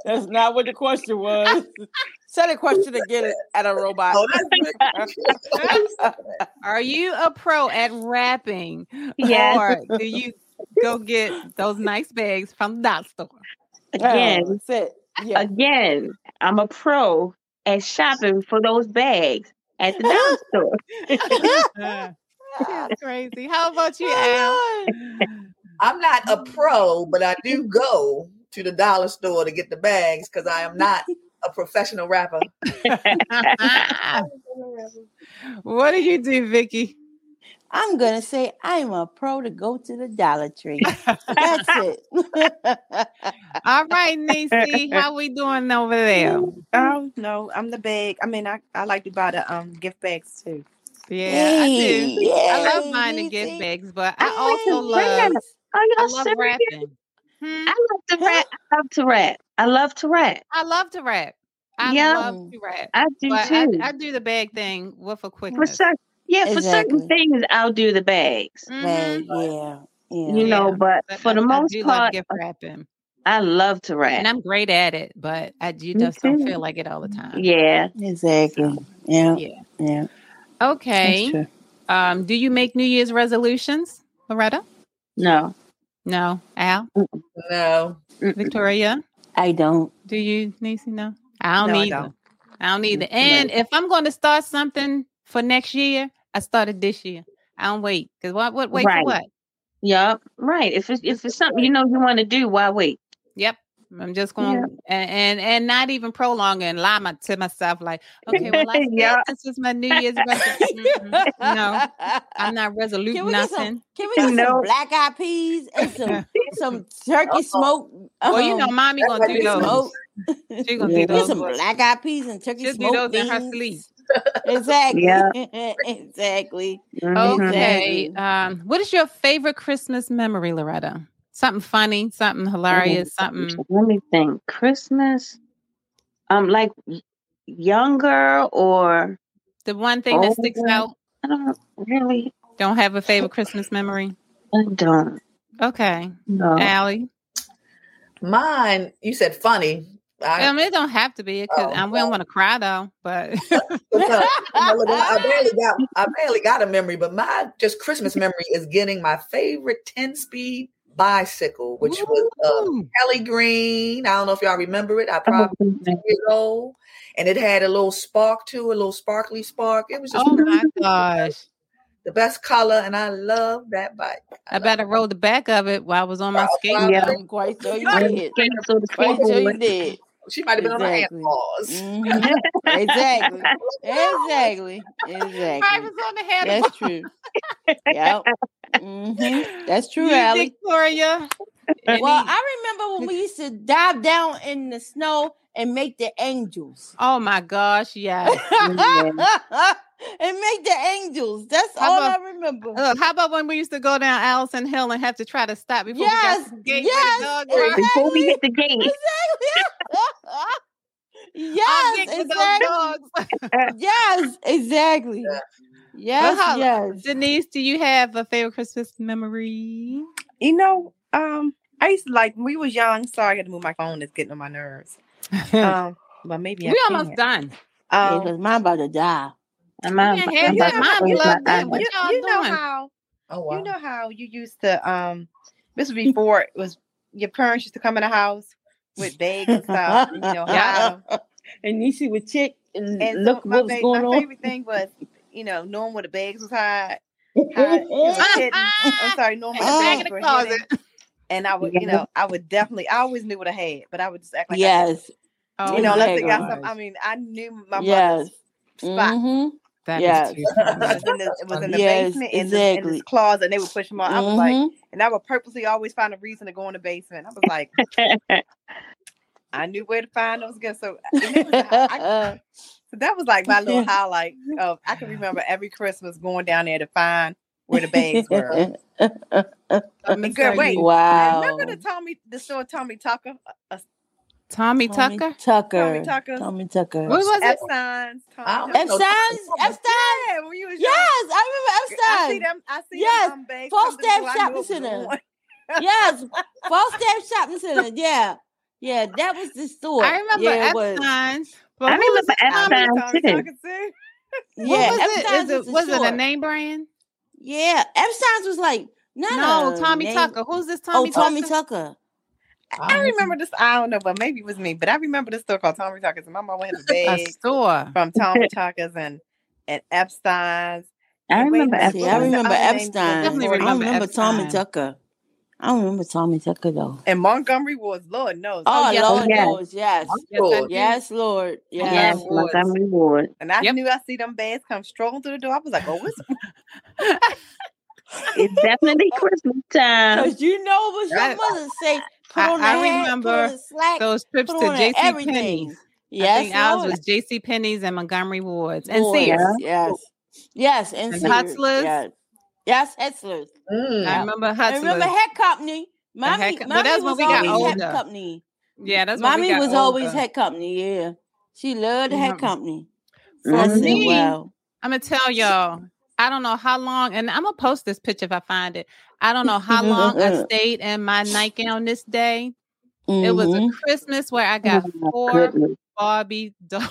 B: that's not what the question was. Say the question again at a robot.
E: Oh, that's good.
A: Are you a pro at wrapping?
C: Yes.
A: Or do you go get those nice bags from the dollar store?
C: Again.
B: Oh, that's it. Yeah.
C: Again, I'm a pro at shopping for those bags at the dollar store.
A: That's crazy. How about you, Al?
E: I'm not a pro, but I do go to the dollar store to get the bags because I am not a professional rapper.
A: what do you do, Vicky?
B: I'm gonna say I'm a pro to go to the Dollar Tree. That's it.
A: All right, Nisi, how we doing over there?
F: Oh no, I'm the bag. I mean, I, I like to buy the um gift bags too.
A: Yeah, I do.
B: Yay,
A: I love
B: yay,
A: buying the gift
B: Nisi.
A: bags, but
B: I
A: I also love
C: Yes. Are
A: I
C: y'all
A: love
C: serious?
A: rapping. Hmm?
C: I love to rap. I love to rap. I love to rap.
A: I love to rap. I
C: Yeah.
A: love to rap.
C: I do
A: But I,
C: too.
A: I do the bag thing with a
C: for
A: quickness.
C: certain, yeah, for certain
B: Exactly.
C: things, I'll do the bags.
A: Mhm.
B: Well, yeah, yeah.
C: You
A: Mm,
C: know,
A: Yeah.
C: but
A: But
C: for
A: I-
C: the
A: I
C: most
A: do love
C: part, uh,
A: gift wrapping,
C: I love to rap.
A: and I'm great at it. But I you
C: Me
A: just don't
C: too. Mm,
A: feel like it all the time.
C: yeah.
B: exactly. Yeah,
A: Yeah.
B: yeah. That's
A: Okay.
B: true.
A: Um, do you make New Year's resolutions, Loretta?
C: No.
A: No. Al,
E: No.
C: Mm-mm.
A: Victoria,
B: I don't.
A: do you, Nisi? No. I don't
F: No, I
A: either. I don't,
F: don't.
A: either. And if I'm going to start something for next year, I started this year. I don't wait because what? What wait for
C: Right.
A: what?
C: Yup. Right. If it's if it's something you know you want to do, why wait?
A: Yep. I'm just going and, and and not even prolong and lie my, to myself like, okay, well, I said
C: Yeah.
A: this is my New Year's resolution. Mm-mm. Mm-hmm. no, I'm not resolute
B: Can we get some-
A: nothing.
B: Can we get
C: No.
B: some black eyed peas and some some turkey smoke?
A: well, you know,
B: um,
A: mommy
E: That's
A: gonna
E: what
A: do
E: we
A: those.
B: smoke.
A: She gonna
C: Yeah.
A: do those.
B: Get some
A: for us.
B: black eyed peas and turkey
A: She'll do
B: smoke.
A: those in her
B: beans.
A: sleep.
B: Exactly.
C: Yeah.
B: exactly. Oh,
C: Mhm.
A: Okay.
B: Exactly.
A: Um, what is your favorite Christmas memory, Loretta? Something funny, something hilarious, something.
C: Let me think. Christmas. Um, like y- younger or
A: The one thing that sticks
C: Older.
A: out.
C: I don't really.
A: Don't have a favorite Christmas memory.
C: I don't
A: Okay, Ah,
C: know.
A: Allie.
E: Mine, you said funny.
A: I, mean, it don't have to be. It could,
E: Oh,
A: I wouldn't want to cry though, but
E: Because, you know, look, I, I barely got I barely got a memory, but my just Christmas memory is getting my favorite 10 speed bicycle, which was uh,
A: Ooh.
E: Kelly Green. I don't know if y'all remember it. I probably years old, and it had a little spark to it, a little sparkly spark. It was just
A: oh my gosh.
E: the best color, and I love that bike.
A: I better rode the back of it while I was on my skateboard.
C: Yeah.
B: I'm quite sure you did. Quite sure you did.
E: She might have been
B: Exactly.
E: on her hand
B: Mhm. Exactly. Exactly.
A: I
B: Exactly.
A: was on the head. of
B: That's true. Yep. Mhm. That's true,
A: you,
B: Allie.
A: Victoria.
B: Well, I remember when we used to dive down in the snow and make the angels.
A: oh my gosh, yes.
B: and
C: Yeah.
B: make the angels. That's
A: How
B: all
A: about-
B: I remember.
A: Look, how about when we used to go down Allison Hill and have to try to stop before we
B: yes.
A: got to the gate where
B: Yes.
A: the dog was?
C: Before we hit the gate,
A: I'll
B: yes.
A: get to those
B: Exactly.
A: dogs.
B: Yes. Exactly.
E: Yeah.
B: Yes.
A: how-
B: yes.
A: Denise, do you have a favorite Christmas memory?
F: You know, um, I used to like when we was young. Sorry, I got to move my phone. It's getting on my nerves. Um, but maybe I
A: we
F: can.
A: almost done.
B: Yeah,
F: Um,
B: because mine about to die.
C: I'm out.
A: Yeah,
C: I'm
A: yeah,
C: about
A: mine
C: to close my
A: plugged in.
C: eyes.
A: What
F: you,
A: y'all
F: you know
A: doing?
F: how
E: Oh wow!
F: you know how you used to um. This was before it was your parents used to come in the house with bags and
A: uh,
F: stuff. You know, hide 'em.
B: And you see with chick and,
F: And so
B: look
F: my,
B: what's
F: ba-
B: going
F: my
B: on.
F: favorite thing was, you know, knowing where the bags was hide. hide you know, hidden. I'm sorry, knowing where the
B: Ah.
F: bags
A: Back in the
F: were
A: closet.
F: hidden. And I would, you know, I would definitely, I always knew what I had, but I would just act like, I didn't.
B: yes.
A: Oh
F: you know,
A: my
F: unless it
B: my
F: got some. I
A: gosh.
F: mean, I knew my
B: yes.
F: mother's spot.
B: Mhm.
A: That
B: Yes.
A: is too funny.
F: It was in the, it was in the
B: Yes,
F: basement in, the, in
B: exactly.
F: this closet, and they would push them out. I was like,
B: Mhm.
F: and I would purposely always find a reason to go in the basement. I was like, I knew where to find those gifts. So and it was- I- that was like my little highlight of I can remember every Christmas going down there to find where the bags were.
A: Let me
F: Good,
A: tell
F: wait.
A: you.
F: Now,
B: wow.
F: remember the Tommy the store Tommy Tucker
A: Tommy,
B: Tommy
A: Tucker.
B: Tucker.
F: Tommy Tucker
B: Tommy
A: What
B: Tucker.
A: was it?
F: Epstein's
E: I don't
F: Tommy
E: know.
F: Tucker.
B: Epstein's. Epstein's.
F: Yeah, when you was young,
B: Yes, I
F: I
B: remember
F: see
B: Epstein.
F: them. I see
B: Yes,
F: them. um, bags
B: false
F: come to the
B: step
F: door, I
B: shopping
F: knew it was
B: center.
F: one.
B: yes, Falstaff Shopping Center. Yeah, yeah, that was the store.
A: I remember
B: yeah,
A: Epstein's. But
C: I
A: who was
C: remember
A: it, Tommy?
C: Epstein
F: Tommy
C: too.
F: Tucker too.
B: Was.
A: What
B: Yeah,
A: was it? Is
B: Epstein's
A: it
B: the
A: was it
B: store.
A: a name brand?
B: Yeah, Epstein's was like no,
A: No, Tommy
B: name-
A: Tucker. Who's this
B: Oh,
A: Tommy
B: Tommy
A: Tucker?
B: Tucker.
F: I remember this. I don't know, but maybe it was me. But I remember this store called Tommy Tuckers, and my mama had a
A: A
F: bag
A: store.
F: from Tommy Tuckers and and
C: I
F: Epstein's. And wait a
C: remember
F: minute,
B: See,
F: what
B: I
F: was the
C: Epstein.
B: remember
F: other name
B: Epstein.
F: that
A: Oh, Definitely
B: I
F: was important?
B: don't remember
A: remember
B: Tommy
A: Epstein.
B: Tucker. I don't remember Tommy Tucker though.
F: And Montgomery Wars, Lord knows.
B: Oh,
A: yes.
B: Lord
C: Oh, yes.
B: knows, yes,
A: Yes, I do.
B: yes, Lord, yes.
C: Yes,
E: Montgomery Ward.
C: Montgomery Ward.
F: And I
A: Yep.
F: knew I see them bags come strolling through the door. I was like, oh, what's
C: It's definitely
A: Oh.
C: Christmas time.
B: Cause you know what your
A: That-
B: mother say. Put
A: I-
B: on the
A: I
B: hat, put on
A: remember
B: the slack,
A: Those trips
B: put
A: to
B: on the
A: JC
B: everything.
A: Penney's. I
B: Yes,
A: think ours
B: Lord.
A: was JC Penney's and Montgomery Ward's. And
B: Boys,
A: Sears.
B: Yes. Yes, and,
A: And
B: Sears,
A: Hustlers.
B: Yes. Yes, Hustlers.
E: Mm.
A: I
B: Yeah.
A: remember
B: I
A: Hustlers.
B: remember Head Company. Mommy,
A: Head Co- but
B: mommy
A: that's when
B: was
A: we got
B: always Head
A: older.
B: Company.
A: yeah, that's when we
B: mommy
A: got Mm-hmm.
B: was always
A: older.
B: Head Company. Yeah, she loved
A: Yeah.
B: Head Company.
C: Mm-hmm.
A: For
B: I said,
A: me,
B: "Wow,
A: I'm gonna tell y'all. I don't know how long, and I'm gonna post this picture if I find it. I don't know how long I stayed in my nightgown this day. It was a
B: Mhm.
A: Christmas where I got
C: Mm-hmm. Oh, my
A: four
C: goodness.
A: Barbie dolls.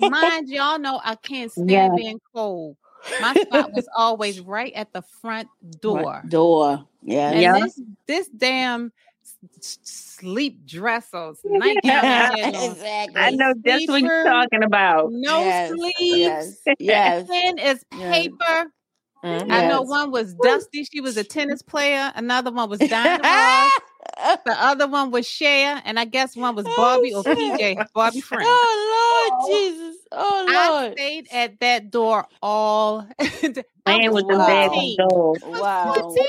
A: Mind y'all know I can't stand
C: Yeah.
A: being cold. My spot was always right at the front door.
B: door. Yeah,
A: And
C: Yeah.
A: this this damn s- s- sleep dress or nightgown I had on,
B: exactly.
C: I know just what you're
A: Sleeper.
C: talking about.
A: no
B: Yes,
A: sleeves.
B: Yes, yes.
A: Pen is
B: Yes.
A: paper. I know one was Dusty. She was a tennis player. Another one was Dinah Ross.
B: Yes.
A: The other one was Cher. And I guess one was Barbie or
B: shit.
A: PJ, Barbie friend.
B: Oh Lord Jesus! Oh
A: I
B: Lord!
A: stayed at that door all day. I
C: Playing
A: was
C: with the bag of
A: 14.
C: gold.
B: Wow.
A: 14,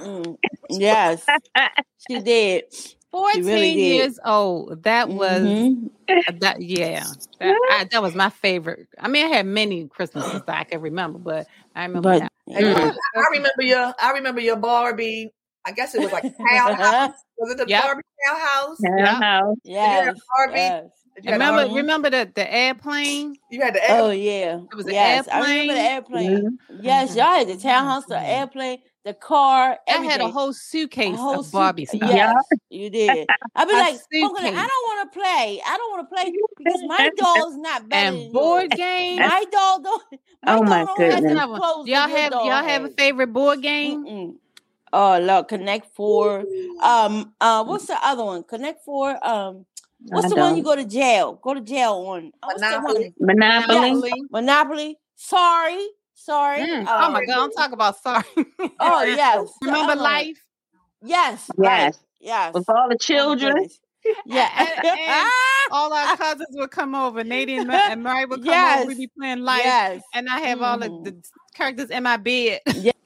B: Mm. Yes, she did.
A: 14
B: really did.
A: years old. That was
B: Mhm.
A: that. Yeah, that, I, that was my favorite. I mean, I had many Christmases that I can remember, but I remember
B: but
A: that.
B: yeah.
E: I remember your I remember your Barbie. I guess it was like townhouse. Was it the
A: Yep.
E: Barbie townhouse?
C: Uh-huh. Townhouse.
B: yes,
E: Harvey?
B: yes.
E: You had,
A: Remember,
E: the-
A: remember the the airplane.
E: you had the egg.
B: Oh yeah.
A: It was an
B: yes, I remember the
C: Mhm.
B: airplane. Yes, y'all had the townhouse, the
A: Mhm.
B: airplane, the car. Everything.
A: I had a whole suitcase
B: whole
A: of Barbie
B: suit-
A: stuff.
B: Yes, you did. I'd be
A: A
B: like, "Uncle, I don't
A: suitcase.
B: want want to play. I don't want to play because my doll's not better.
A: And
B: than
A: board
B: yours.
A: games.
B: My doll don't.
C: Oh, my
A: That's
B: doll don't have
C: goodness.
B: the
A: another one.
B: clothes
A: Y'all
B: that your
A: have
B: doll
A: y'all have a
B: has.
A: favorite board game?
B: Mm-mm. Oh Lord, Connect Four. Um, uh,
A: Mm.
B: what's the other one? Connect Four. Um, what's
C: I
B: the one
C: don't.
B: you go to jail? Go to jail on oh, what's that one?
E: Monopoly.
C: Monopoly.
B: Yes. Monopoly. Sorry, sorry.
A: Mm, oh
B: Um,
A: my god, I'm talking about sorry.
B: Oh yes.
A: Remember
B: Um,
A: life?
B: Yes.
C: Yes.
B: Right. Yes.
C: With all the
B: Oh, my
C: children.
B: goodness. Yeah.
A: And- and- All our cousins would come over. Nadine and, Ma- and Mary would come over. We'd
B: Yes.
A: be playing life.
B: Yes.
A: And I have all of
B: Mhm.
A: the characters in my bed.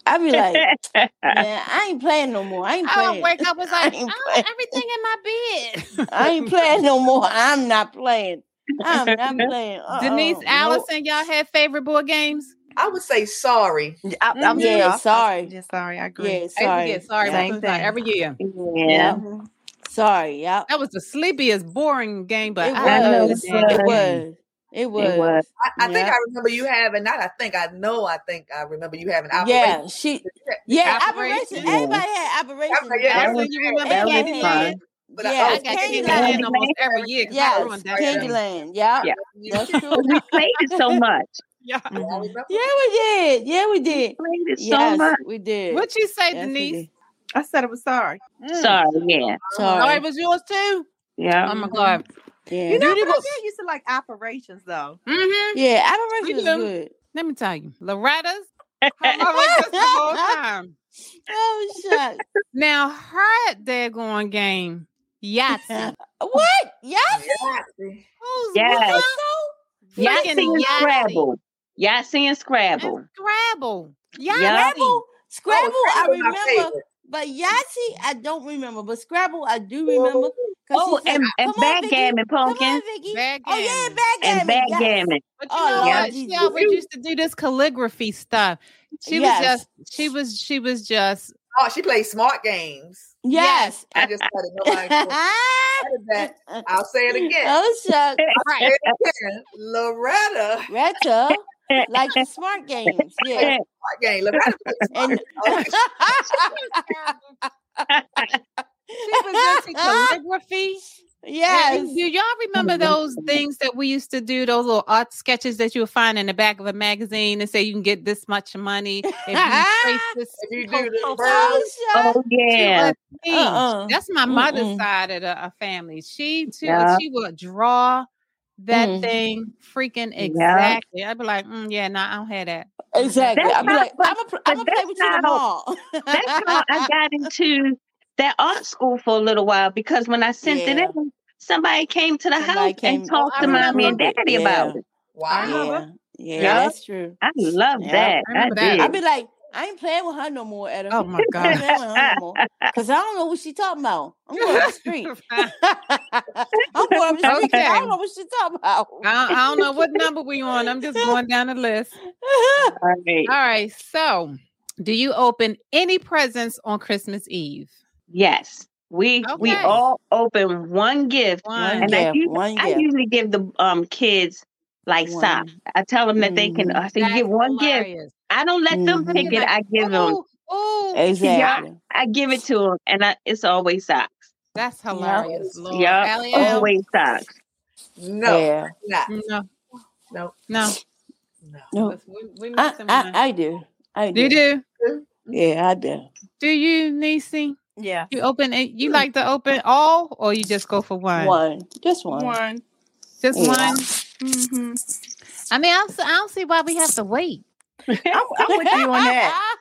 B: I'd be like, man, I ain't playing no more. I ain't
A: I
B: playing.
A: would wake up was
B: I
A: like,
B: ain't
A: "Oh,
B: playing.
A: everything in my bed.
B: I ain't playing no more. I'm not playing. I'm not playing. Uh-uh.
A: Denise,
B: Nope.
A: Allison, y'all have favorite board games?
E: I would say sorry.
F: I,
B: Mhm. Yeah, sorry.
F: Yeah, sorry. I agree.
B: Yeah,
A: I used to
B: sorry.
A: get sorry
F: Same
A: about that
F: thing.
A: every year.
C: yeah.
B: Mhm. Sorry. Yeah.
A: That was the sleepiest, boring game, but
B: It
A: I love
B: was.
A: the dang
B: It
A: game.
B: was. It was.
C: It was.
E: I, I think
B: Yeah.
E: I remember you having not. I think I know. I think I remember you having. operation.
B: Yeah, she. Yeah, operation.
A: Operation.
C: Yeah.
B: Everybody had operation.
E: Okay, yeah,
B: back
E: that
A: Allison,
E: was
A: you
E: bad.
A: remember
C: That was
A: Candyland?
C: fun.
E: But
B: Yeah,
A: I
E: I,
B: it's
A: got
B: Candyland.
A: Candyland almost every year. 'cause I
B: Yes,
A: ruined that game.
B: Candyland. Yeah,
C: Yeah.
B: that's
C: But
B: true.
C: we played it so much.
A: Yeah.
E: oh, I
F: Mhm.
E: remember.
B: Yeah, we did. Yeah, we did.
C: Played it so
B: Yes,
C: much.
B: we did.
A: What you say,
B: Yes, we
A: Denise?
B: did.
F: I said it was sorry.
A: Mm.
C: Sorry. Yeah.
A: All right,
B: Sorry.
A: was yours too?
C: Yeah.
B: Um,
A: Oh my
B: Mm-hmm.
A: god.
B: Yeah.
F: You know,
A: Beauty
F: but I
A: was-
F: did used to like operations though.
A: Mm-hmm.
B: yeah, operation
A: We
B: was
A: do.
B: good.
A: Let me tell you, Loretta's. Her mother was the whole time.
B: Oh shucks.
A: Now her daggone game, Yahtzee.
B: what?
E: Oh,
B: Yes.
E: Yahtzee.
A: Who's
C: Yes.
A: with her?
C: Yahtzee
A: Freaking
C: and Scrabble. Yahtzee
B: Eh?
C: and
A: And
C: Scrabble.
A: Scrabble.
C: Yeah.
A: Yahtzee.
B: Scrabble. Scrabble.
E: Oh,
B: I
E: Scrabble my
B: remember,
E: favorite.
B: but Yahtzee, I don't remember. But Scrabble, I do remember. 'cause
C: Oh,
B: she said,
C: and, and
B: "Come on, Vicky.
C: backgammon,
B: Come
C: pumpkin.
B: on, Vicky. Oh
A: Backgammon.
B: yeah,
C: And
B: backgammon. yes.
C: backgammon.
A: But you
B: Oh,
A: know
B: Lord
A: what? She
B: Jesus.
A: always used to do this calligraphy stuff. She
B: Yes.
A: was just, she was, she was just
E: Oh, she plays smart games.
B: Yes.
E: I just started nobody said that. I'll say it again.
B: oh shucks.
A: right.
E: Say it again. Loretta.
B: Retta likes the smart games. Yeah.
E: Smart game. Loretta plays smart.
B: And
E: Oh,
A: She was into calligraphy.
B: yes.
A: And Do y'all remember
E: Mm-hmm.
A: those things that we used to do, those little art sketches that you'll find in the back of a magazine and say you can get this much money if you trace this
E: if you do
A: Oh,
E: the bird,
B: Oh shucks.
C: Oh, yeah.
A: to a T.
B: Uh-uh.
A: That's my mother's
B: Mm-mm.
A: side of the uh, family. She too,
C: Yeah.
A: she would draw that
B: Mm.
A: thing freaking
C: Yeah.
A: exactly. I'd be like, mm, yeah, no, I don't have that.
B: Exactly.
C: Oh, That's
B: I'll be
C: how-
B: like,
C: but-
B: I'm gonna pl-
C: but
B: I'm gonna play
C: that's
B: with you
C: how-
B: tomorrow.
C: That's how I got into that art school for a little while because when I sent
B: Yeah.
C: it in, somebody came to the
B: Somebody
C: house
B: came- oh,
C: and talked
A: I
C: to mommy and
A: remember.
C: daddy
B: Yeah.
C: about it.
E: wow.
B: yeah.
A: remember.
B: Yeah,
A: Yeah.
B: that's true.
C: I love
B: Yeah.
C: that.
A: I
C: I,
A: remember that.
C: did.
B: I'll be like, I ain't playing with her no more, Adam.
A: Oh my
B: I ain't
A: God.
B: playing with her no more. Cause I don't know what she talking about. I'm going up the street. I'm going up the street 'cause I
A: Okay.
B: don't know what she talking about.
A: I, I don't know what number we on. I'm just going down the list.
C: All right.
A: All right. So, do you open any presents on Christmas Eve?
C: Yes. We we
A: Okay.
C: all open one gift.
A: One.
B: one
C: And I
B: gift,
C: usu-
B: one
C: I
B: gift.
C: usually give the um kids like
B: One.
C: socks. I tell them that they can.
B: Mhm.
C: I say you get one gift.
A: hilarious.
C: I don't let them
B: Mhm.
C: pick it.
A: Like,
C: I give them.
A: Ooh, ooh.
B: Exactly.
C: I give it to them, and I, it's always socks.
A: That's hilarious. Lord. E
C: Yup. oh,
A: Allie-L?
C: Always socks.
E: No,
B: Yeah.
E: not.
A: No,
E: No,
A: no.
E: no.
B: No.
A: That's- We, we
B: I,
A: missing
B: I,
A: one.
B: I do. I do.
A: You do?
B: Yeah, I do.
A: Do you, Nisi?
F: Yeah.
A: You open it? You like to open all, or you just go for one?
B: One. Just one.
F: One.
A: Just
B: Yeah.
A: one.
F: Mm-hmm.
A: I mean, I don't, s- I don't see why we have to wait.
F: I'm, I'm with you on that.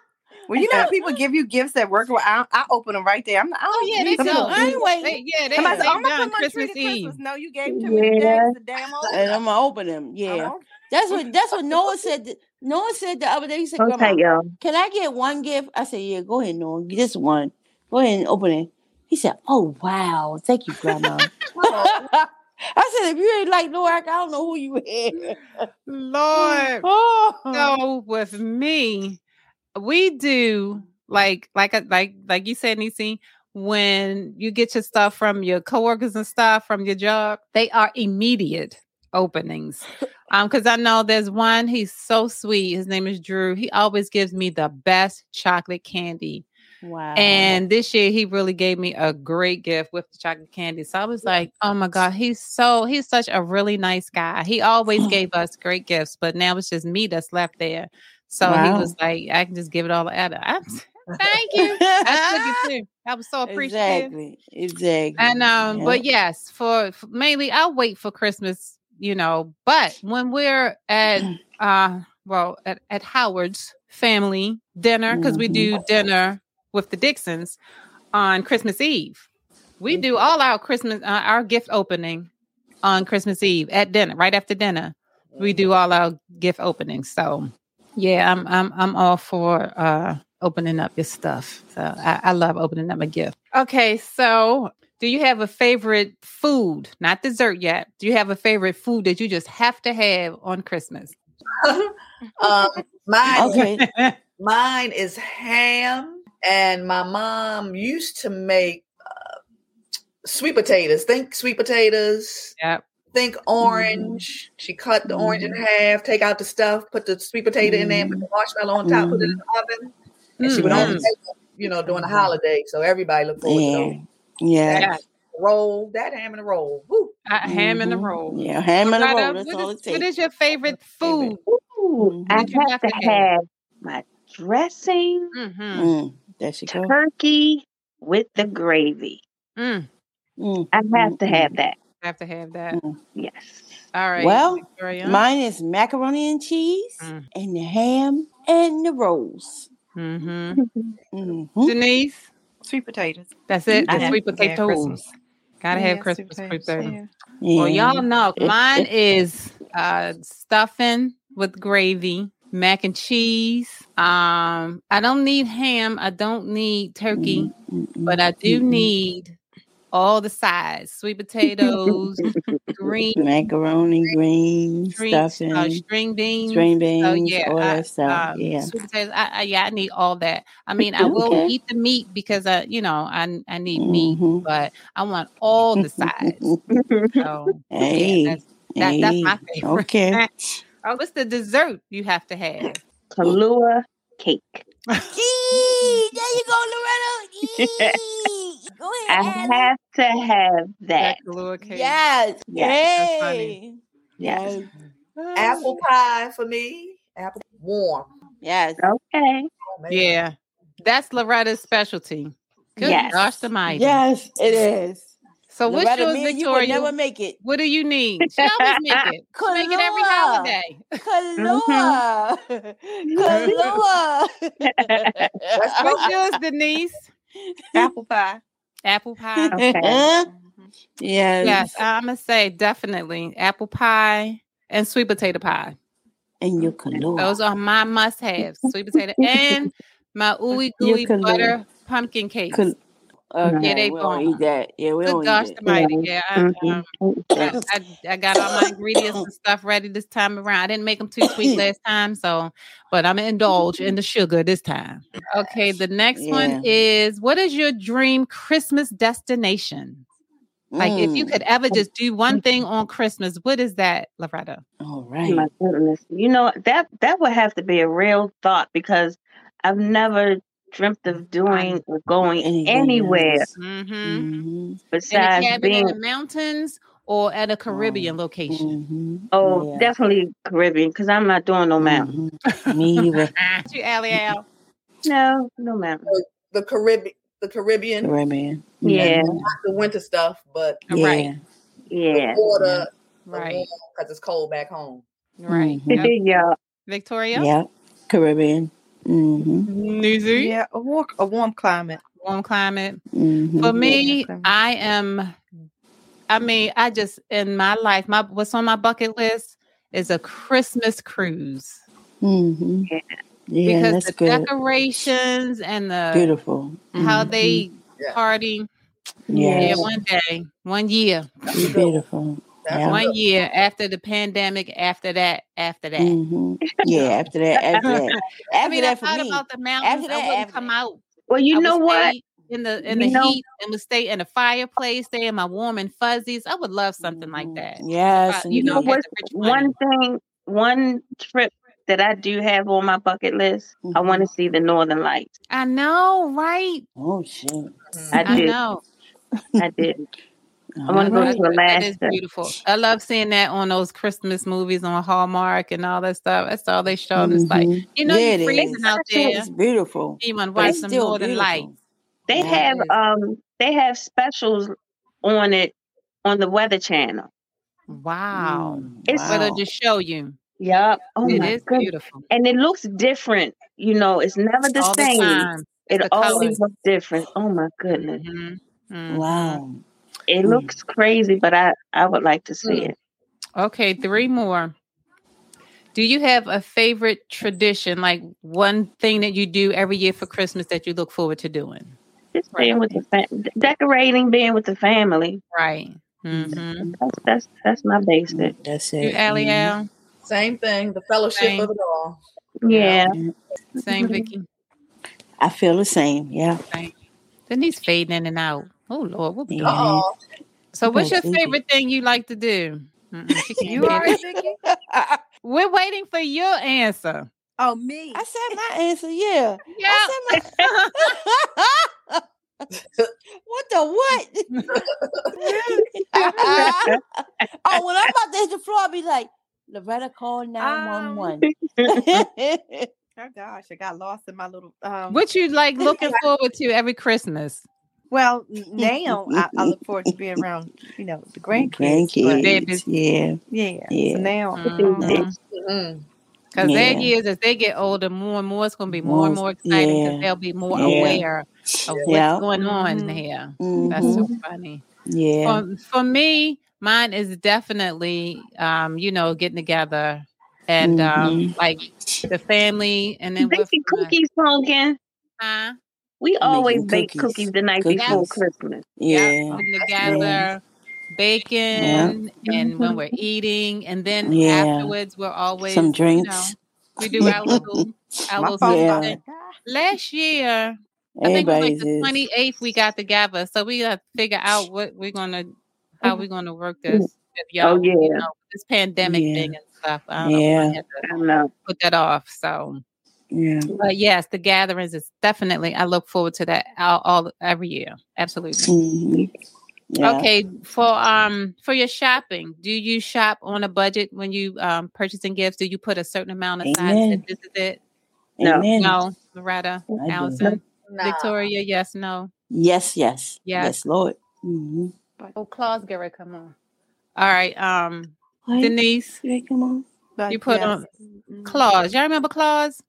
F: Well, you know how people give you gifts at work. Well, I, I open them right there. I'm not. I
A: Oh
F: don't
A: yeah, they
F: need
B: Come
A: do.
F: to
B: on, I ain't waiting.
A: They, yeah, they,
F: Somebody
A: they
F: said, "Oh, I'm gonna
A: done
F: put my tree
A: Christmas
F: to
A: Eve.
F: Christmas." No, you gave too many
C: Yeah.
F: days to damn old.
B: and I'm gonna open them. Yeah, that's what that's what Noah said. th- Noah said the other day. He said, "Grandma,
C: Okay, y'all.
B: can I get one gift?" I said, "Yeah, go ahead, Noah. Get Just one. Go ahead and open it." He said, "Oh wow, thank you, Grandma." I said, "If you ain't like Noah, I don't know who you is."
A: Lord.
B: Oh,
A: So with me, we do like like I- like like you said, Nisi, when you get your stuff from your coworkers and stuff from your job, they are immediate openings. Um, because I know there's one, he's so sweet. His name is Drew. He always gives me the best chocolate candy.
B: Wow.
A: And this year he really gave me a great gift with the chocolate candy. So I was like, oh my God, he's so he's such a really nice guy. He always gave us great gifts, but now it's just me that's left there. So
B: Wow.
A: he was like, I can just give it all to Etta. I- Thank you. I took it too. I was so appreciative.
B: Exactly. Exactly.
A: And um,
B: Yeah.
A: but yes, for, for mainly I'll wait for Christmas, you know. But when we're at uh well at, at Howard's family dinner, because we
B: Mhm.
A: do dinner with the Dixons on Christmas Eve. We do all our Christmas uh, our gift opening on Christmas Eve at dinner, right after dinner. We do all our gift openings. So yeah, I'm I'm I'm all for uh opening up your stuff. So I, I love opening up my gift. Okay, so do you have a favorite food? Not dessert yet. Do you have a favorite food that you just have to have on Christmas?
E: Um, mine,
B: okay.
E: mine is ham, and my mom used to make uh, sweet potatoes. Think sweet potatoes.
A: Yep. Mm-hmm.
E: Think orange. She cut the orange in half, take out the stuff, put the sweet potato in there, put the marshmallow on top, put it in
A: Mm-hmm.
E: the oven. And she would only
A: Mm.
B: Mm-hmm.
E: make them, you know, during the holiday. So everybody looked forward to
B: Yeah.
E: those.
B: Yeah.
A: Mm-hmm. Yeah.
E: Roll, that ham and a roll. Woo.
A: Uh, ham and a
B: Mhm.
A: roll.
B: Yeah, ham and a
A: Loretta,
B: roll. That's
A: what
B: all
A: is-
B: it
A: what
B: takes.
A: is your favorite food?
B: Favorite. Mm-hmm.
C: Ooh, I
A: What you got
C: have to
A: to have?
C: have my dressing
A: Mm-hmm.
B: Mm, there she go.
C: turkey with the gravy.
A: Mm.
B: Mm,
C: I have to
B: Mm-mm.
C: have that.
A: Have to have that.
C: Yes.
A: All right.
B: Mm. Well,
A: Victoria.
B: Mine is macaroni and cheese,
A: Mm.
B: and the ham and the rolls.
A: Mhm.
B: hmm
A: Denise,
F: Sweet potatoes.
A: that's it.
F: I
A: The
F: have
A: sweet
F: to have
A: potatoes.
F: Christmas.
A: Gotta
F: Yeah,
A: have
F: sweet
A: Christmas
F: potatoes,
A: potato.
F: yeah.
A: Well, y'all know
B: It-
A: mine
B: it-
A: is uh, stuffing with gravy, mac and cheese. Um, I don't need ham. I don't need turkey,
B: Mm-hmm.
A: but I do need all the sides: sweet potatoes, green
B: macaroni, greens,
A: green uh,
B: stuffing,
A: string beans.
B: string beans,
A: Oh yeah,
B: all
A: I-
B: that stuff.
A: um,
B: yeah.
A: sweet potatoes. I, I, yeah, I need all that. I mean, I will
B: Okay.
A: eat the meat because I, you know, I I need meat,
B: Mhm.
A: but I want all the sides. So
B: Hey.
A: yeah, that's, that, that's my
B: hey,
A: favorite.
B: Okay.
A: Oh, what's the dessert you have to have?
C: Kahlua cake.
B: Yee, there you go, Loretta. Yee. Go
C: I
B: ahead. Ally.
C: have to have that.
A: Kahlua cake.
B: Yes.
C: Yes,
A: that's funny.
B: Yay.
C: Yes.
A: Oh,
E: Apple pie for me. Apple warm.
B: Yes.
C: Okay.
E: Oh, man.
A: Yeah, that's Loretta's specialty. Good
C: Yes.
A: gosh, the mighty.
B: Yes, it is.
A: So what's
B: Loretta,
A: yours,
B: me and you would
A: Victoria?
B: never make it.
A: what do you need? She always make it. She make it every
B: Kahlua.
A: holiday.
B: Mm-hmm. Kahlua. Mm-hmm. Kahlua. Oh,
A: What's yours, Denise?
F: Apple pie.
A: Apple pie.
B: yes.
A: Yes, I'm gonna say definitely apple pie and sweet potato pie.
B: And your Kahlua.
A: Those are my must-haves: sooty potato and my ooey
B: You
A: gooey
B: can do it.
A: butter pumpkin cake.
B: Kal- okay,
A: they
B: we don't
A: bomb.
B: eat that. Yeah, we
A: Good
B: don't
A: gosh,
B: eat that.
A: almighty!
C: Yeah.
A: Yeah, I,
B: Mm-hmm.
C: Mhm.
A: um, I, I, I got all my ingredients and stuff ready this time around. I didn't make them too sweet last time, so but I'm gonna indulge in the sugar this time. Okay, the next
B: Yeah.
A: one is: What is your dream Christmas destination? Like if you
B: Mm,
A: could ever just do one thing on Christmas, what is that, Loretta?
B: All
C: Oh My
B: right.
C: goodness. You know, that that would have to be a real thought because I've never dreamt of doing or going
B: Anything
C: anywhere
B: else?
A: Mm-hmm.
B: Mhm,
A: In a
C: besides
A: cabin in
C: being
A: the mountains or at a Caribbean
B: Oh.
A: location.
B: mhm,
C: oh
B: yeah,
C: definitely Caribbean because I'm not doing no mountain.
B: mhm. Me either.
A: Ah, you alley Al.
C: No, no mountain.
E: The Caribbean the Caribbean, not
B: Right, man.
C: Yeah.
B: Mm-hmm.
E: the winter stuff, but
A: Right,
B: Yeah.
C: Yeah.
E: the water
A: right,
E: because it's cold back home.
A: right.
B: Mhm.
C: yeah.
A: Victoria,
B: Yeah. Caribbean. Mm-hmm.
A: New Zealand,
F: Yeah, a, walk, a warm climate.
A: warm climate.
B: Mm-hmm.
A: For me,
F: Climate.
A: I am. I mean, I just in my life, my what's on my bucket list is a Christmas cruise
B: Mm-hmm.
C: Yeah.
B: Yeah,
A: because
B: that's
A: the
B: good.
A: decorations and the
B: Beautiful.
A: how
B: Mhm.
A: they
E: Yeah.
A: party. Yeah,
B: Yes.
A: one day, one year,
E: That's a good one.
B: Beautiful.
E: That's
B: Yeah.
E: a
A: one
E: good
A: year after the pandemic, after that, after that.
B: hmm Yeah. After that. After that. After
A: I mean, I
B: that
A: thought
B: for me.
A: about the mountains.
B: that,
A: I wouldn't
B: after
A: come
B: that.
A: out.
C: Well,
A: I
C: you
A: would
C: know what?
A: stay in the in
C: You
A: the
C: know-
A: heat and would stay in a fireplace, stay in my warm and fuzzies. I would love something like
B: Mhm.
A: that.
B: Yes.
A: But, you know,
C: You
A: had the
B: indeed.
C: know what's
A: rich money.
C: one thing, one trip that I do have on my bucket list. I
A: Mm-hmm.
C: want to see the Northern Lights.
A: I know, right?
B: Oh shit.
C: I
A: I
C: did. I,
A: know.
C: did. I want
B: Uh-huh.
C: to go
A: Right.
C: to
A: That is
C: Alaska.
A: beautiful. I love seeing that on those Christmas movies on Hallmark and all that stuff. That's all they show. It's like,
B: Mhm.
A: you know,
B: Yeah, it
A: you're freezing
B: is.
A: out there.
B: It's beautiful.
A: You want to
B: but
A: watch
B: it's
A: some
B: still
A: Northern
B: beautiful.
A: Lights.
C: They
B: Yeah,
C: have
A: it is.
C: um they have specials on it on the Weather Channel.
A: Wow.
B: Mm,
C: It's-
A: But
B: wow.
A: it'll just show you.
C: Yep. Oh
A: It
C: my
A: is
C: goodness.
A: beautiful.
C: And it looks different. You know, it's never the
A: all
C: same.
A: the time.
C: It
A: the
C: always
A: colors.
C: looks different. Oh my goodness.
A: Mhm. Mhm.
B: wow.
C: It
B: Mm.
C: looks crazy, but I I would like to see
A: Mm.
C: it.
A: Okay, three more. Do you have a favorite tradition, like one thing that you do every year for Christmas that you look forward to doing?
C: Just being with the fam- decorating, being with the family.
A: Right. Mm-hmm.
C: That's that's that's my basic.
B: Mm, That's
A: You,
B: it.
A: Allie
B: Mhm.
C: Mm-hmm.
A: Al?
G: Same thing, the fellowship
A: Same.
G: of it all.
C: Yeah. Mm-hmm.
A: Same, Vicky.
B: I feel the same. Yeah.
A: Denise fading in and out. Oh Lord, what we doing?
B: Yeah.
G: Uh-oh.
A: So, what's your
B: That's easy.
A: favorite thing you like to do? Mm-mm, she can't
F: You
A: get it.
F: all right, Vicky?
A: We're waiting for your answer.
F: Oh, me.
B: I said my answer. Yeah.
A: Yeah.
B: I said my. what the what?
C: Ah.
B: oh, when I'm about to hit the floor, I'll be like, Loretta, call
C: Um,
B: 911.
F: Oh gosh, I got lost in my little um
A: What you like looking forward to every Christmas?
F: well n- now I, I look forward to being around, you know, the grandkids.
A: Grandkids.
F: But
A: babies.
B: Yeah.
F: yeah.
B: Yeah.
F: So now
A: Mhm.
G: Mm-mm.
A: Because their
B: Yeah.
A: years, as they get older, more and more it's going to be more and
B: More-
A: more exciting because
B: yeah.
A: they'll be more
B: Yeah.
A: aware of what's
B: Yeah.
A: going on
F: Mhm.
A: here. That's
B: Mhm.
A: so funny.
B: Yeah.
A: For, for me, mine is definitely, um, you know, getting together and
B: Mm-hmm.
A: um, like the family, and then with
C: Baking
A: my-
C: cookies, pumpkin.
A: huh?
C: We always
B: Making
C: bake
B: cookies.
C: cookies the night
B: Cookies.
C: before Christmas.
A: Yep,
B: Yeah.
A: getting together, baking, and when we're eating, and then
B: Yeah.
A: afterwards we're always
B: Some
A: you know,
B: drinks.
A: we do our little our
F: my
A: little
F: phone's
B: Yeah.
F: about
A: thing.
F: to
A: Last year, I think it was like
B: Everybody's
A: the
B: is.
A: twenty eighth we got together. So we gotta figure out what we're gonna how we're gonna work this if y'all
C: Oh yeah.
A: you know, this pandemic
B: Mm-hmm. Yeah.
A: thing and stuff. I don't know if I had
C: I
A: to
C: don't know.
A: put that off. So
B: Yeah.
A: but yes, the gatherings is definitely I look forward to that all, all every year. Absolutely.
B: Mhm. Yeah.
A: Okay, for um for your shopping, do you shop on a budget when you um purchasing gifts? Do you put a certain amount aside? and say,
B: Amen.
A: This is it.
C: No.
B: Amen.
A: No, Loretta,
B: I do.
A: Allison,
G: Nah.
A: Victoria. Yes, no.
B: Yes, yes.
A: Yes.
B: Yes, Lord. Mm-hmm.
A: Oh, Claus Garrett, come on. All right, um,
B: What? Mm-hmm.
A: Denise,
B: Wait, come on.
F: die.
A: you put on
F: Mm-hmm.
A: Claus. Y'all remember Claus?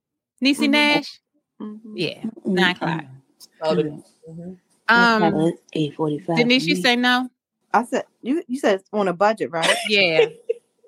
A: Niecy
B: Mm-hmm.
F: Mhm.
A: Nash.
C: Mm-hmm.
F: hmm
A: Yeah.
B: Mm,
A: Nine
B: come
A: o'clock.
G: Oh, the-
B: on.
G: mhm.
A: Um,
B: eight forty-five.
A: Denise, you say no.
F: I said you you said it's on a budget, right?
A: Yeah,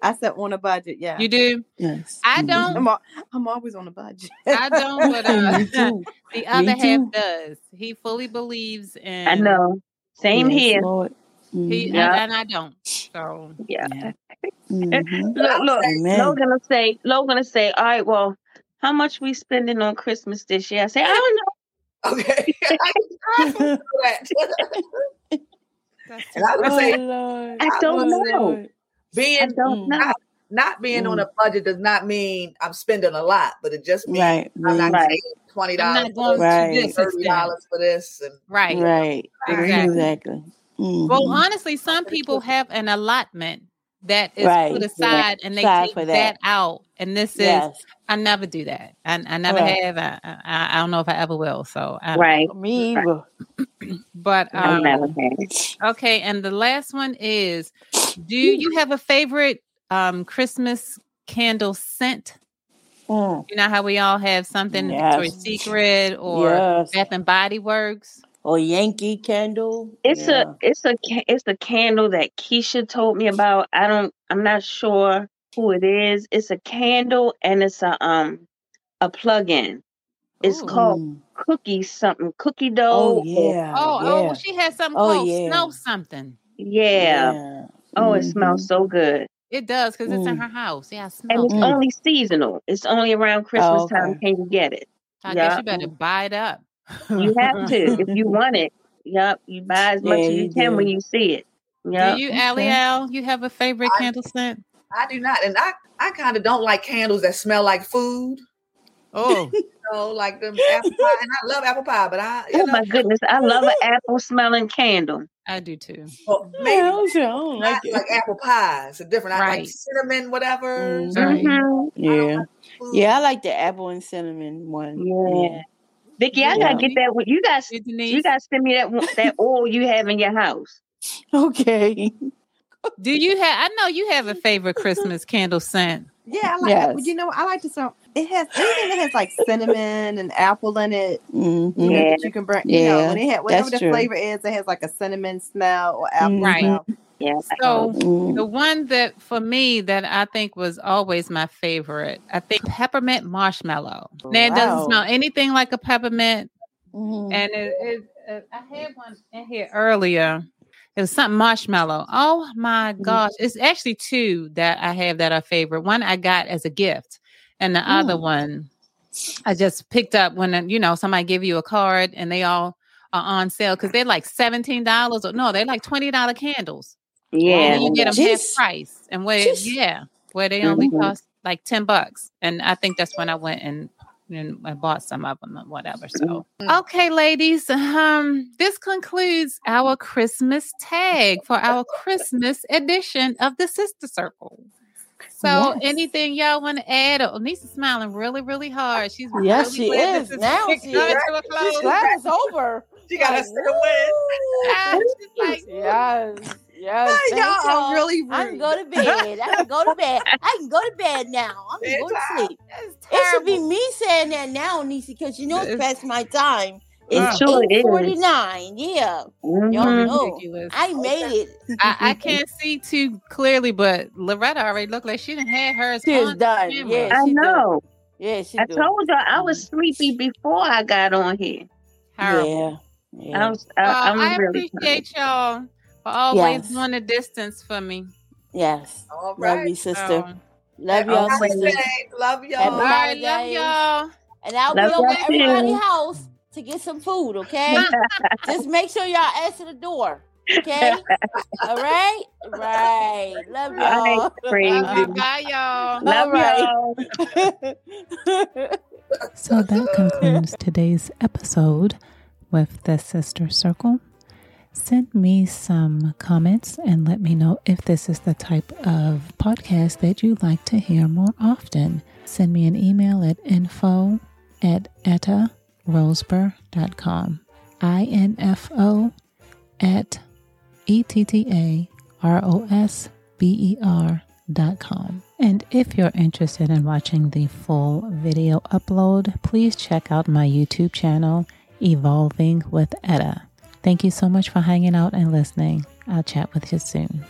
F: I said on a budget, yeah.
A: you do.
B: yes.
A: I don't.
F: I'm, al- I'm always on a budget.
A: I don't. But
B: Mhm. Me
A: uh,
B: too.
A: the other half
B: too.
A: does. He fully believes in.
C: I know. Same
B: yes,
C: here.
B: Lord.
A: He
B: Mhm.
A: I-
C: Yeah.
A: and I don't. So
C: Yeah.
B: Yeah. Mhm.
C: Look, look.
B: Amen.
C: Logan will say, Logan will say, all right, well, how much we spending on Christmas this year? I say, I don't know.
G: Okay. I can try for that.
A: that's
G: and I would
B: Oh,
G: say
B: Lord.
C: I
G: I
C: don't
B: Oh,
C: know.
B: Lord.
C: I
G: being
B: Mm.
C: don't know.
G: not being
A: Mm.
G: on a budget does not mean I'm spending a lot, but it just means
B: Right.
G: I'm
B: right,
G: not
C: Right.
G: spending twenty
A: I'm
G: dollars
A: not
G: for
A: going to
G: this,
B: Right.
A: this
G: thirty
A: extent.
G: dollars for this, and
A: Right.
B: Right.
A: Exactly. Mm-hmm.
B: Exactly. Mhm.
A: Well, honestly, some people have an allotment that is
B: Right.
A: put aside and they
B: Side
A: take
B: for
A: that.
B: that.
A: out. And this is,
B: Yes.
A: I never do that. I, I never
B: Right.
A: have. I, I, I don't know if I ever will. So, I,
C: Right.
B: Me either.
A: but
C: I
A: um,
C: never had.
A: okay. And the last one is do
B: Mm.
A: you have a favorite um, Christmas candle scent?
B: Mm.
A: You know how we all have something Victoria's
B: Yes.
A: Secret or
B: Yes.
A: Bath and Body Works.
B: Or Yankee Candle.
C: It's
B: yeah.
A: Mm.
C: a it's a ca- it's a candle that Keisha told me about. I don't I'm not sure who it is. It's a candle and it's a um a plug-in. It's
A: Ooh.
C: called
B: Mm.
C: cookie something, cookie
B: Oh
C: dough. or-
B: yeah.
A: Oh, oh,
B: yeah.
A: well, she has something
B: Oh,
A: called
B: yeah.
A: Snow Something.
C: yeah. Oh, it smells
B: Mhm.
C: so good.
A: It does because it's in
B: Mm.
A: her house. Yeah, I
C: And
A: smelled
C: it's
A: it.
B: Mm.
C: only seasonal. It's only around Christmas
B: Oh,
C: time
B: okay.
C: can you get it.
A: I guess
C: Yeah.
A: you better
B: Mm.
A: buy it up.
C: You have to if you want it. Yep. You buy as much
B: Yeah,
C: as you
B: you
C: can when
B: do.
C: you see it.
A: Do
C: Yep.
A: you,
B: Okay.
A: Allie Al, you have a favorite candle scent?
E: I do not, and I I kind of don't like candles that smell like food.
H: Oh,
E: So like them apple pie, and I love apple pie, but I you
C: Oh
E: know,
C: my goodness, I love an apple smelling candle.
A: I do too.
E: well, maybe
B: Yeah, I don't
E: not
B: like
E: like,
B: it.
E: apple pie. It's a different. I
A: Right.
E: like cinnamon, whatever.
B: Mhm.
A: Right.
C: Mhm.
B: Yeah,
E: food.
B: yeah, I like the apple and cinnamon one.
C: Yeah. Vicky, I gotta get that. You guys, you guys send me that one- that oil you have in your house.
B: Yeah. Mm. Okay.
A: Do you have? I know you have a favorite Christmas candle scent.
F: Yeah, I like
B: Yes.
F: you know, I like to smell it has anything that has like cinnamon and apple in it.
B: Mhm.
F: You know,
C: Yeah.
F: that you can bring you know,
B: Yeah,
F: when it had whatever
B: that's
F: the
B: true. Mm-hmm.
F: flavor is, it has like a cinnamon smell or apple
A: Right.
F: smell.
C: Yeah.
A: So
B: Mm.
A: the one that for me that I think was always my favorite, I think peppermint marshmallow. Now it
B: Wow.
A: doesn't smell anything like a peppermint,
B: Mhm.
A: and it, it, it- I had one in here earlier. It was something marshmallow. Oh my gosh! It's actually two that I have that are favorite. One I got as a gift, and the other one I just picked up when uh, you know somebody give you a card and they all are on sale because they're like seventeen dollars or no, they're like twenty dollar candles.
C: Yeah.
A: And you get them
B: Jeez.
A: half price, and where
B: Jeez.
A: yeah, where they only
B: Mm-hmm.
C: Mhm.
A: cost like ten bucks, and I think that's when I went and and I bought some of them and whatever. So
B: Mm-hmm.
A: okay, ladies, um, this concludes our Christmas tag for our Christmas edition of the Sister Circle. So
B: Yes.
A: anything y'all want to add? Oh, Nisa's smiling really, really hard. She's
B: Yes,
A: really
B: she
A: glad this
B: is. Now
A: coming
B: she
A: to
B: is.
A: a
B: She's
A: close.
B: glad it's over.
E: She got her second win.
A: Ah, she's like,
B: Yes, yes.
F: Y'all
B: Oh, thank
F: are really rude.
B: I can go to bed. I can go to bed. I can go to bed now. I'm going to
E: Bedtime.
B: sleep.
A: "That's
B: It should
A: terrible."
B: be me saying that now, Nisi, because you know it's
A: It's-
B: past my time.
C: It
B: It's
C: sure is.
B: eight forty nine. Yeah, y'all
A: "Mm."
C: Mhm.
B: know.
A: Ridiculous.
B: I made it.
A: I,
B: Mm-hmm.
A: I can't see too clearly, but Loretta already looked like she didn't have hers.
B: She is
A: on
B: done.
A: camera.
B: Yeah,
C: I
B: she do.
C: know.
B: Yeah, she
C: I
B: do.
C: told you I was sleepy before I got on here.
A: Horrible.
B: Yeah,
C: I
B: yeah.
C: was. I,
A: Well,
C: I'm
A: I
C: really tired.
A: appreciate y'all for always
B: Yes.
A: going the distance for me.
B: Yes.
E: All
B: Love
E: right.
B: you, sister.
A: So,
C: Um,
B: Love
E: Happy
B: y'all,
E: Mother's
B: sister.
E: Day. Love
A: all
E: y'all.
B: Happy-
A: right, love
B: Holidays.
A: y'all.
B: And I'll
C: Love
B: be over
C: y'all
B: at everybody's
C: too.
B: house to get some food, okay? Just make sure y'all answer the door, okay? All right? Right. Love
C: All
B: y'all.
C: Praise
A: All right,
C: you.
A: Uh, bye, y'all.
C: Love
B: All right.
C: y'all.
I: So that concludes today's episode with the Sister Circle. Send me some comments and let me know if this is the type of podcast that you'd like to hear more often. Send me an email at info at ettaroseber.com. I-N-F-O at E E-T-T-A-R-O-S-B-E-R E dot com. And if you're interested in watching the full video upload, please check out my YouTube channel, Evolving with Etta. Thank you so much for hanging out and listening. I'll chat with you soon.